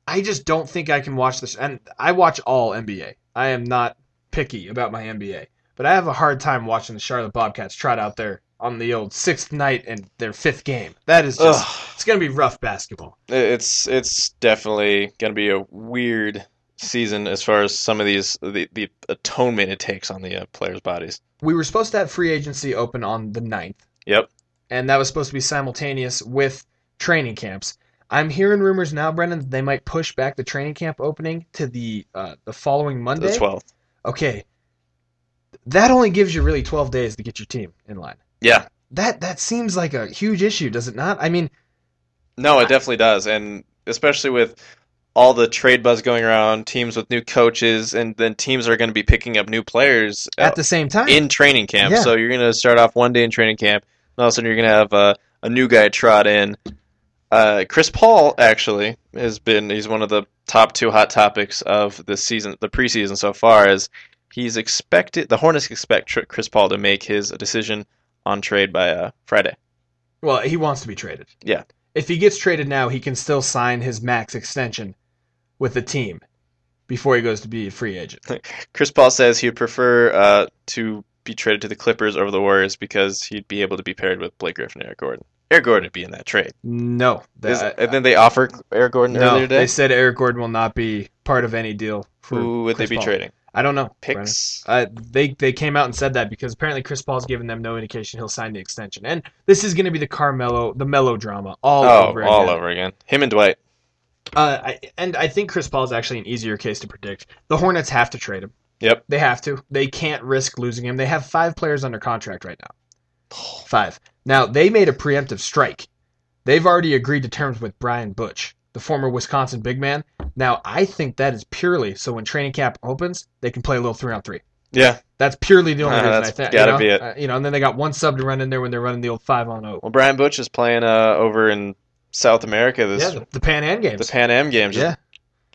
F: I just don't think I can watch this. And I watch all NBA. I am not picky about my NBA, but I have a hard time watching the Charlotte Bobcats trot out there on the old sixth night and their fifth game. That is just
E: Ugh.
F: it's going to be rough basketball.
E: It's it's definitely gonna be a weird season as far as some of these the, the atonement it takes on the uh, players' bodies.
F: We were supposed to have free agency open on the 9th.
E: Yep.
F: and that was supposed to be simultaneous with training camps. I'm hearing rumors now, Brendan, that they might push back the training camp opening to the uh, the following
E: to
F: Monday.
E: The 12th.
F: Okay, that only gives you really 12 days to get your team in line.
E: Yeah.
F: That that seems like a huge issue, does it not? I mean,
E: No, it definitely does, and especially with all the trade buzz going around, teams with new coaches, and then teams are going to be picking up new players
F: at the same time,
E: in training camp.
F: Yeah.
E: So you're going to start off one day in training camp, and all of a sudden you're going to have uh, a new guy trot in. Uh, Chris Paul actually has been he's one of the top two hot topics of the season, the preseason so far. Is he's expected the Hornets expect Tr- Chris Paul to make his decision on trade by uh, Friday.
F: well, he wants to be traded.
E: Yeah.
F: If he gets traded now, he can still sign his max extension with the team before he goes to be a free agent.
E: Chris Paul says he'd prefer uh, to be traded to the Clippers over the Warriors because he'd be able to be paired with Blake Griffin and Eric Gordon. Eric Gordon would be in that trade.
F: No,
E: Is-
F: that-
E: and then they offer Eric Gordon
F: No,
E: earlier today.
F: they said Eric Gordon will not be part of any deal. for
E: Who would
F: Chris
E: they be
F: Paul.
E: trading?
F: I don't know. Brandon.
E: Picks?
F: Uh, they they came out and said that because apparently Chris Paul's given them no indication he'll sign the extension, and this is going to be the Carmelo the melodrama all
E: oh,
F: over
E: all
F: again.
E: over again. Him and Dwight.
F: Uh, I, and I think Chris Paul's actually an easier case to predict. The Hornets have to trade him.
E: Yep.
F: They have to. They can't risk losing him. They have five players under contract right now. Five. Now they made a preemptive strike. They've already agreed to terms with Brian Butch, the former Wisconsin big man. Now I think that is purely so when training camp opens, they can play a little three on three.
E: Yeah.
F: That's purely the only
E: Uh,
F: reason I
E: that's
F: think.
E: gotta
F: you know?
E: be it.
F: Uh, you know, and then they got one sub to run in there when they're running the old five on oh. zero.
E: Well, Brian Butch is playing uh, over in South America this
F: Yeah, the, the Pan Am games.
E: the Pan Am games. Just
F: Yeah.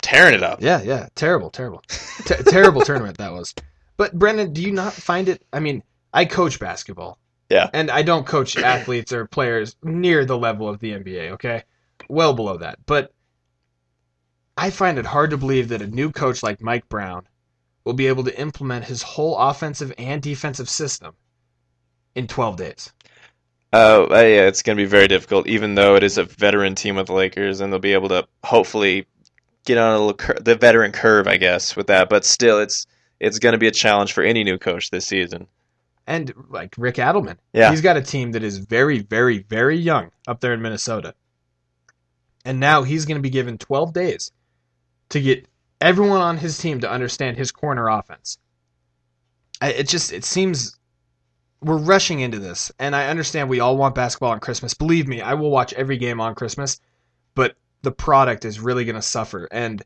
E: tearing it up.
F: Yeah, yeah. Terrible, terrible. T- terrible tournament that was. But Brendan, do you not find it I mean, I coach basketball.
E: Yeah.
F: And I don't coach athletes or players near the level of the NBA, okay? Well below that. But I find it hard to believe that a new coach like Mike Brown will be able to implement his whole offensive and defensive system in 12 days.
E: Uh, uh, yeah, it's going to be very difficult, even though it is a veteran team with the Lakers, and they'll be able to hopefully get on a little cur the veteran curve, I guess, with that. But still, it's it's going to be a challenge for any new coach this season.
F: And like Rick Adelman,
E: Yeah.
F: he's got a team that is very, very, very young up there in Minnesota. And now he's going to be given 12 days to get everyone on his team to understand his corner offense. I, it just it seems we're rushing into this, and I understand we all want basketball on Christmas. Believe me, I will watch every game on Christmas, but the product is really going to suffer. And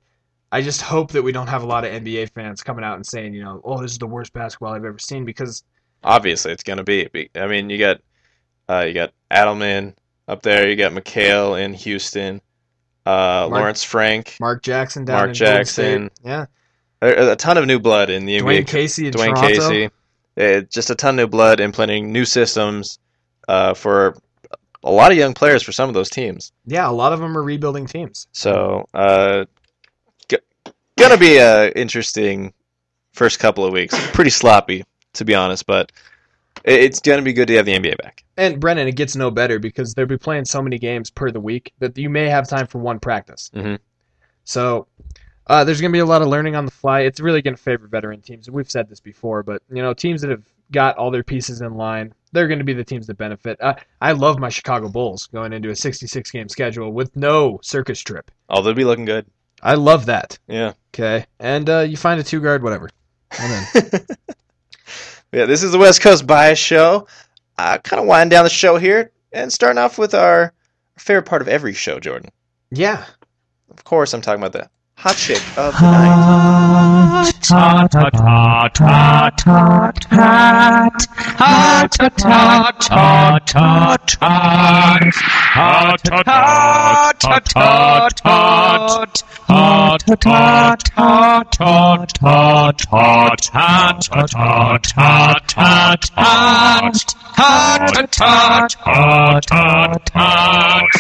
F: I just hope that we don't have a lot of NBA fans coming out and saying, you know, oh, this is the worst basketball I've ever seen because
E: Obviously, it's gonna be. be- I mean, you got uh, you got Adelman up there. You got McHale in Houston. Uh,
F: Mark-
E: Lawrence Frank.
F: Mark Jackson down
E: Mark
F: in Golden
E: Jackson.
F: State. yeah,
E: There are A ton of new blood in the
F: Dwayne
E: NBA.
F: Casey in
E: Dwayne
F: Toronto.
E: Casey. Eh, just a ton of new blood, implementing new systems uh, for a lot of young players for some of those teams.
F: Yeah, a lot of them are rebuilding teams.
E: So, uh, g- gonna be a interesting first couple of weeks. Pretty sloppy, to be honest, but it- it's gonna be good to have the NBA back.
F: And Brennan, it gets no better because they'll be playing so many games per the week that you may have time for one practice.
E: Mhm.
F: So uh, there's going to be a lot of learning on the fly. It's really going to favor veteran teams. We've said this before, but you know, teams that have got all their pieces in line, they're going to be the teams that benefit. Uh, I love my Chicago Bulls going into a 66 game schedule with no circus trip.
E: Oh, they'll be looking good.
F: I love that.
E: Yeah.
F: Okay, and uh, you find a two guard, whatever. I'm in.
E: Yeah, this is the West Coast Bias Show. Uh, kind of winding down the show here and starting off with our favorite part of every show, Jordan.
F: yeah,
E: Of course, I'm talking about the hot chick of the night.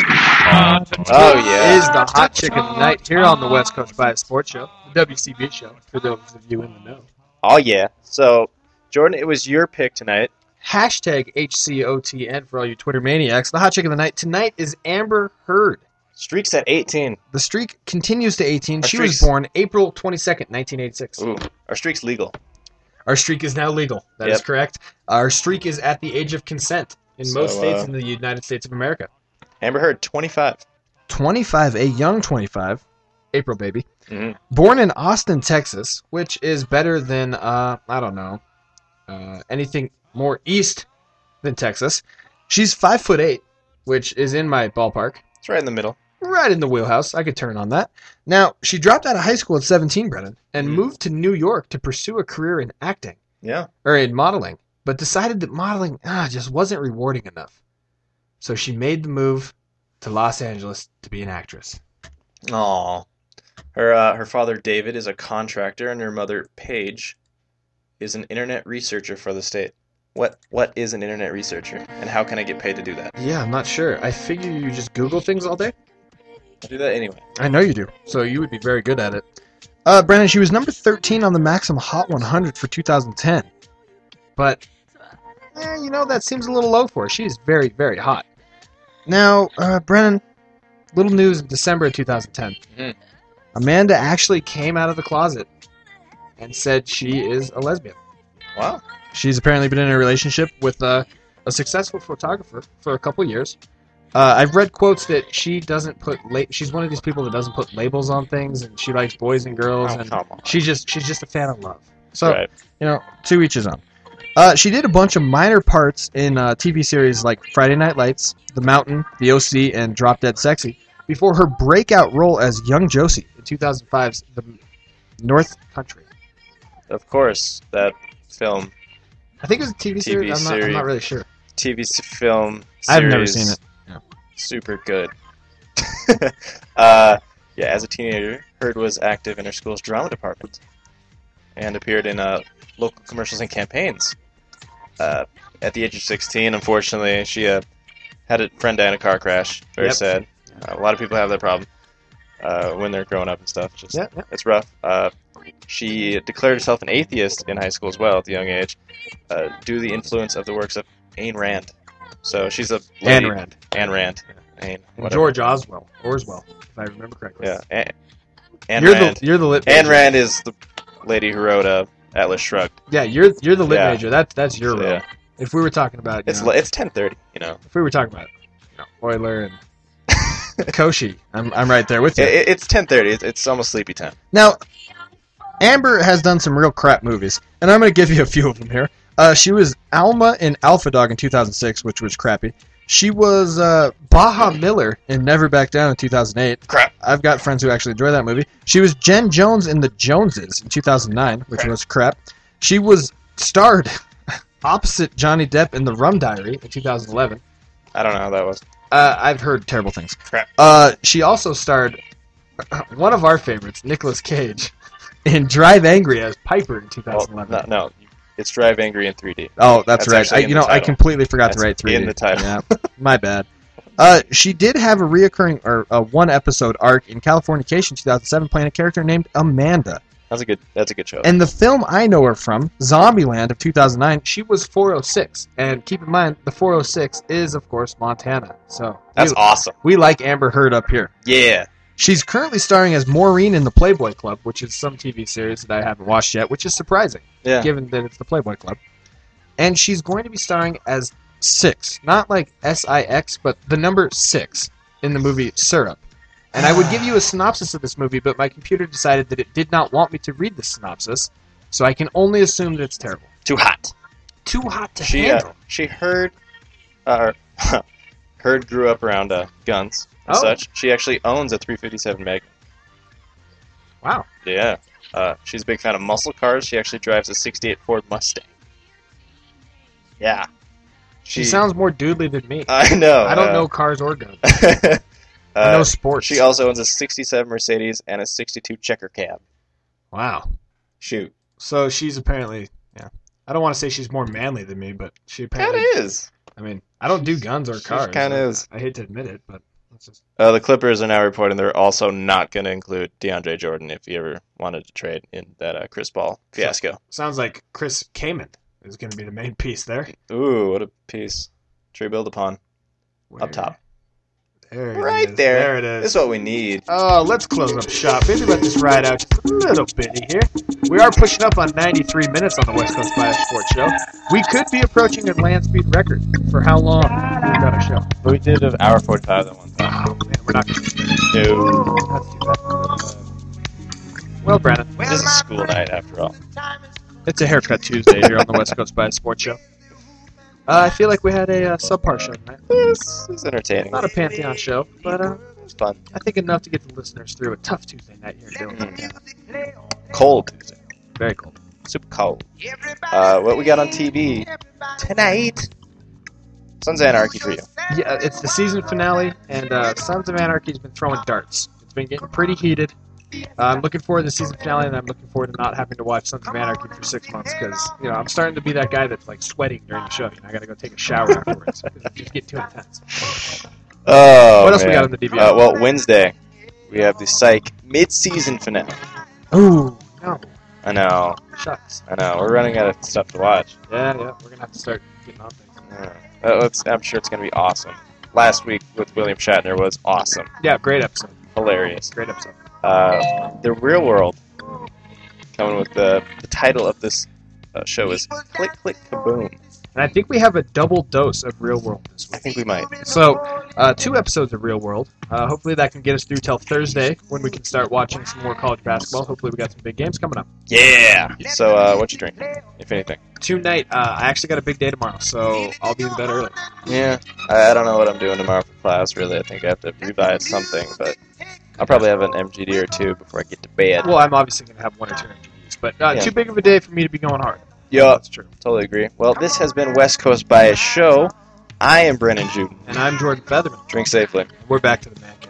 E: Oh, yeah.
F: is the hot chick of the night here on the West Coast Bias Sports Show, the WCB show, for those of you in the know.
E: Oh, yeah. So, Jordan, it was your pick tonight.
F: Hashtag HCOTN for all you Twitter maniacs. The hot chick of the night tonight is Amber Heard.
E: Streaks at 18.
F: The streak continues to 18.
E: Our
F: she was
E: streaks-
F: born April 22nd, 1986.
E: Ooh, our streak's legal.
F: Our streak is now legal. That is
E: Yep.
F: correct. Our streak is at the age of consent in most
E: So,
F: states
E: uh,
F: in the United States of America.
E: Amber Heard, 25.
F: 25, a young 25, April baby,
E: Mhm.
F: born in Austin, Texas, which is better than uh, I don't know uh, anything more east than Texas. She's five foot eight, which is in my ballpark,
E: It's right in the middle.
F: right in the wheelhouse. I could turn on that. Now she dropped out of high school at 17, Brennan, and
E: Mhm.
F: moved to New York to pursue a career in acting
E: Yeah.
F: or in modeling, but decided that modeling ah, just wasn't rewarding enough. So she made the move to Los Angeles to be an actress.
E: Aw. Her, uh, her father, David, is a contractor, and her mother, Paige, is an internet researcher for the state. What What is an internet researcher, and how can I get paid to do that?
F: Yeah, I'm not sure. I figure you just Google things all day.
E: I do that anyway.
F: I know you do. So you would be very good at it. Uh, Brandon, she was number 13 on the Maxim Hot 100 for 2010. But, eh, you know, that seems a little low for her. She is very, very hot. Now, uh, Brennan, little news in December of 2010.
E: Mhm.
F: Amanda actually came out of the closet and said she is a lesbian.
E: Wow.
F: She's apparently been in a relationship with a, a successful photographer for a couple years. Uh, I've read quotes that she doesn't put. La- she's one of these people that doesn't put labels on things, and she likes boys and girls,
E: Oh,
F: and
E: come on.
F: she just she's just a fan of love. So
E: Right.
F: you know, two each his own. Uh, she did a bunch of minor parts in uh, TV series like Friday Night Lights, The Mountain, The OC, and Drop Dead Sexy before her breakout role as Young Josie in 2005's The North Country.
E: Of course, that film,
F: I think it was a TV,
E: TV
F: series. I'm, not, I'm
E: series.
F: not really sure.
E: TV s- film
F: I've never
E: series,
F: seen it.
E: Super good. uh, yeah, as a teenager, Heard was active in her school's drama department and appeared in uh, local commercials and campaigns. Uh, at the age of 16, unfortunately, she uh, had a friend die in a car crash. Very
F: Yep.
E: sad. Uh, a lot of people have that problem uh, when they're growing up and stuff. Just
F: Yeah, yeah.
E: it's rough. Uh, she declared herself an atheist in high school as well at the young age, uh, due to the influence of the works of Ayn Rand. So she's a lady-
F: Ayn Rand.
E: Ayn Rand. Ayn.
F: And
E: Whatever.
F: George Oswell. Orswell, if I remember correctly.
E: Yeah. Ayn, Ayn
F: you're
E: Rand.
F: the you're the lit
E: Ayn
F: major.
E: Rand is the lady who wrote uh, Atlas Shrugged.
F: Yeah, you're you're the lit
E: Yeah.
F: major. That's that's your
E: So,
F: role.
E: yeah.
F: If we were talking about you
E: It's
F: know,
E: li- it's 10:30. You know,
F: if we were talking about you know, Euler and Koshi, I'm I'm right there with
E: It-
F: you.
E: it, it's 10:30. It's, it's almost sleepy time.
F: Now, Amber has done some real crap movies, and I'm going to give you a few of them here. Uh, she was Alma in Alpha Dog in 2006, which was crappy. She was uh, Baja Miller in Never Back Down in 2008.
E: Crap.
F: I've got friends who actually enjoy that movie. She was Jen Jones in The Joneses in 2009, which was crap. She was starred opposite Johnny Depp in The Rum Diary in 2011.
E: I don't know how that was.
F: Uh, I've heard terrible things.
E: Crap.
F: Uh, she also starred one of our favorites, Nicolas Cage, in Drive Angry as Piper in
E: Well,
F: 2011.
E: Oh, no, no, it's Drive Angry in 3D.
F: Oh, that's,
E: That's
F: right.
E: actually
F: I,
E: in
F: you
E: the
F: know, I
E: title.
F: completely forgot to
E: That's
F: write three.
E: in the title.
F: Yeah, my bad. Uh, she did have a reoccurring or a one episode arc in Californication 2007, playing a character named Amanda.
E: That's a good. That's a good show.
F: And the film I know her from, Zombieland of 2009, she was 406. And keep in mind, the 406 is, of course, Montana. So
E: that's
F: we,
E: awesome.
F: we like Amber Heard up here.
E: Yeah.
F: She's currently starring as Maureen in the Playboy Club, which is some TV series that I haven't watched yet, which is surprising
E: Yeah.
F: given that it's the Playboy Club. And she's going to be starring as Six, not like S I X, but the number six in the movie Syrup. And I would give you a synopsis of this movie, but my computer decided that it did not want me to read the synopsis, so I can only assume that it's terrible.
E: Too hot.
F: Too hot to
E: She uh,
F: handle.
E: she heard, uh, heard grew up around uh, guns and
F: Oh.
E: such. She actually owns a 357 Magnum.
F: Wow.
E: Yeah. Uh, she's a big fan of muscle cars. She actually drives a '68 Ford Mustang. Yeah.
F: She sounds more doodly than me.
E: I know.
F: I don't
E: uh,
F: know cars or guns.
E: uh,
F: I know sports.
E: she also owns a 67 Mercedes and a 62 Checker cab.
F: wow.
E: Shoot.
F: So she's apparently, yeah. I don't want to say she's more manly than me, but she
E: That
F: apparently.
E: is.
F: I mean, I don't do guns or
E: She
F: cars.
E: kind of is.
F: I hate to admit it, but that's just.
E: Uh, the Clippers are now reporting they're also not going to include DeAndre Jordan if he ever wanted to trade in that uh, Chris Ball fiasco.
F: Sounds like Chris Kamen is going to be the main piece there.
E: Ooh, what a piece. Tree build upon. Up top.
F: There it
E: Right
F: is.
E: there.
F: There it is.
E: That's what we need.
F: Oh, let's close up shop. Maybe let this ride out just a little bitty here. We are pushing up on 93 minutes on the West Coast Bias Sports Show. We could be approaching a land speed record for how long we've done a show.
E: We did an hour 45 that one time.
F: Oh, man, we're not going to
E: No.
F: do that. Well, Brandon,
E: This is a school night after all.
F: It's a haircut Tuesday here on the West Coast by Sports Show. Uh, I feel like we had a uh, subpar show tonight.
E: This is entertaining.
F: Not a Pantheon show, but uh,
E: It's fun.
F: I think enough to get the listeners through a tough Tuesday night here. in Dillon.
E: Hmm. Cold.
F: Very cold.
E: Super cold. Uh, what we got on TV tonight? Sun's Anarchy for you.
F: Yeah, it's the season finale, and uh, Sons of Anarchy's been throwing darts. It's been getting pretty heated. Uh, I'm looking forward to the season finale, and I'm looking forward to not having to watch Sons of Anarchy for six months because you know I'm starting to be that guy that's like sweating during the show. You know, I got to go take a shower afterwards. 'cause It's just getting too intense.
E: Oh,
F: What else we
E: man.
F: got on the DVR?
E: Uh, well, Wednesday, we have the Psych mid-season finale.
F: Ooh, no,
E: I know,
F: shucks.
E: I know. We're running out of stuff to watch.
F: Yeah, yeah, we're gonna have to start getting on things.
E: Yeah. Uh, it's, I'm sure it's going to be awesome. Last week with William Shatner was awesome,
F: Yeah, great episode.
E: hilarious.
F: Great episode.
E: Uh, the Real World, coming with the, the title of this uh, show is Click Click Kaboom.
F: And I think we have a double dose of Real World this
E: I
F: week.
E: think we might.
F: So, uh, two episodes of Real World. Uh, hopefully, that can get us through till Thursday when we can start watching some more college basketball. Hopefully, we got some big games coming up.
E: Yeah. So, uh, what you drink, if anything?
F: Tonight, uh, I actually got a big day tomorrow, so I'll be in bed early.
E: Yeah, I, I don't know what I'm doing tomorrow for class. Really, I think I have to revise something, but I'll probably have an MGD or two before I get to bed.
F: Well, I'm obviously going to have one or two interviews, but uh,
E: Yeah.
F: too big of a day for me to be going hard.
E: Yeah,
F: That's true.
E: totally agree. Well, this has been West Coast Bias Show. I am Brennan Juden.
F: And I'm Jordan Featherman.
E: Drink safely.
F: We're back to the man cave.
I: Uh.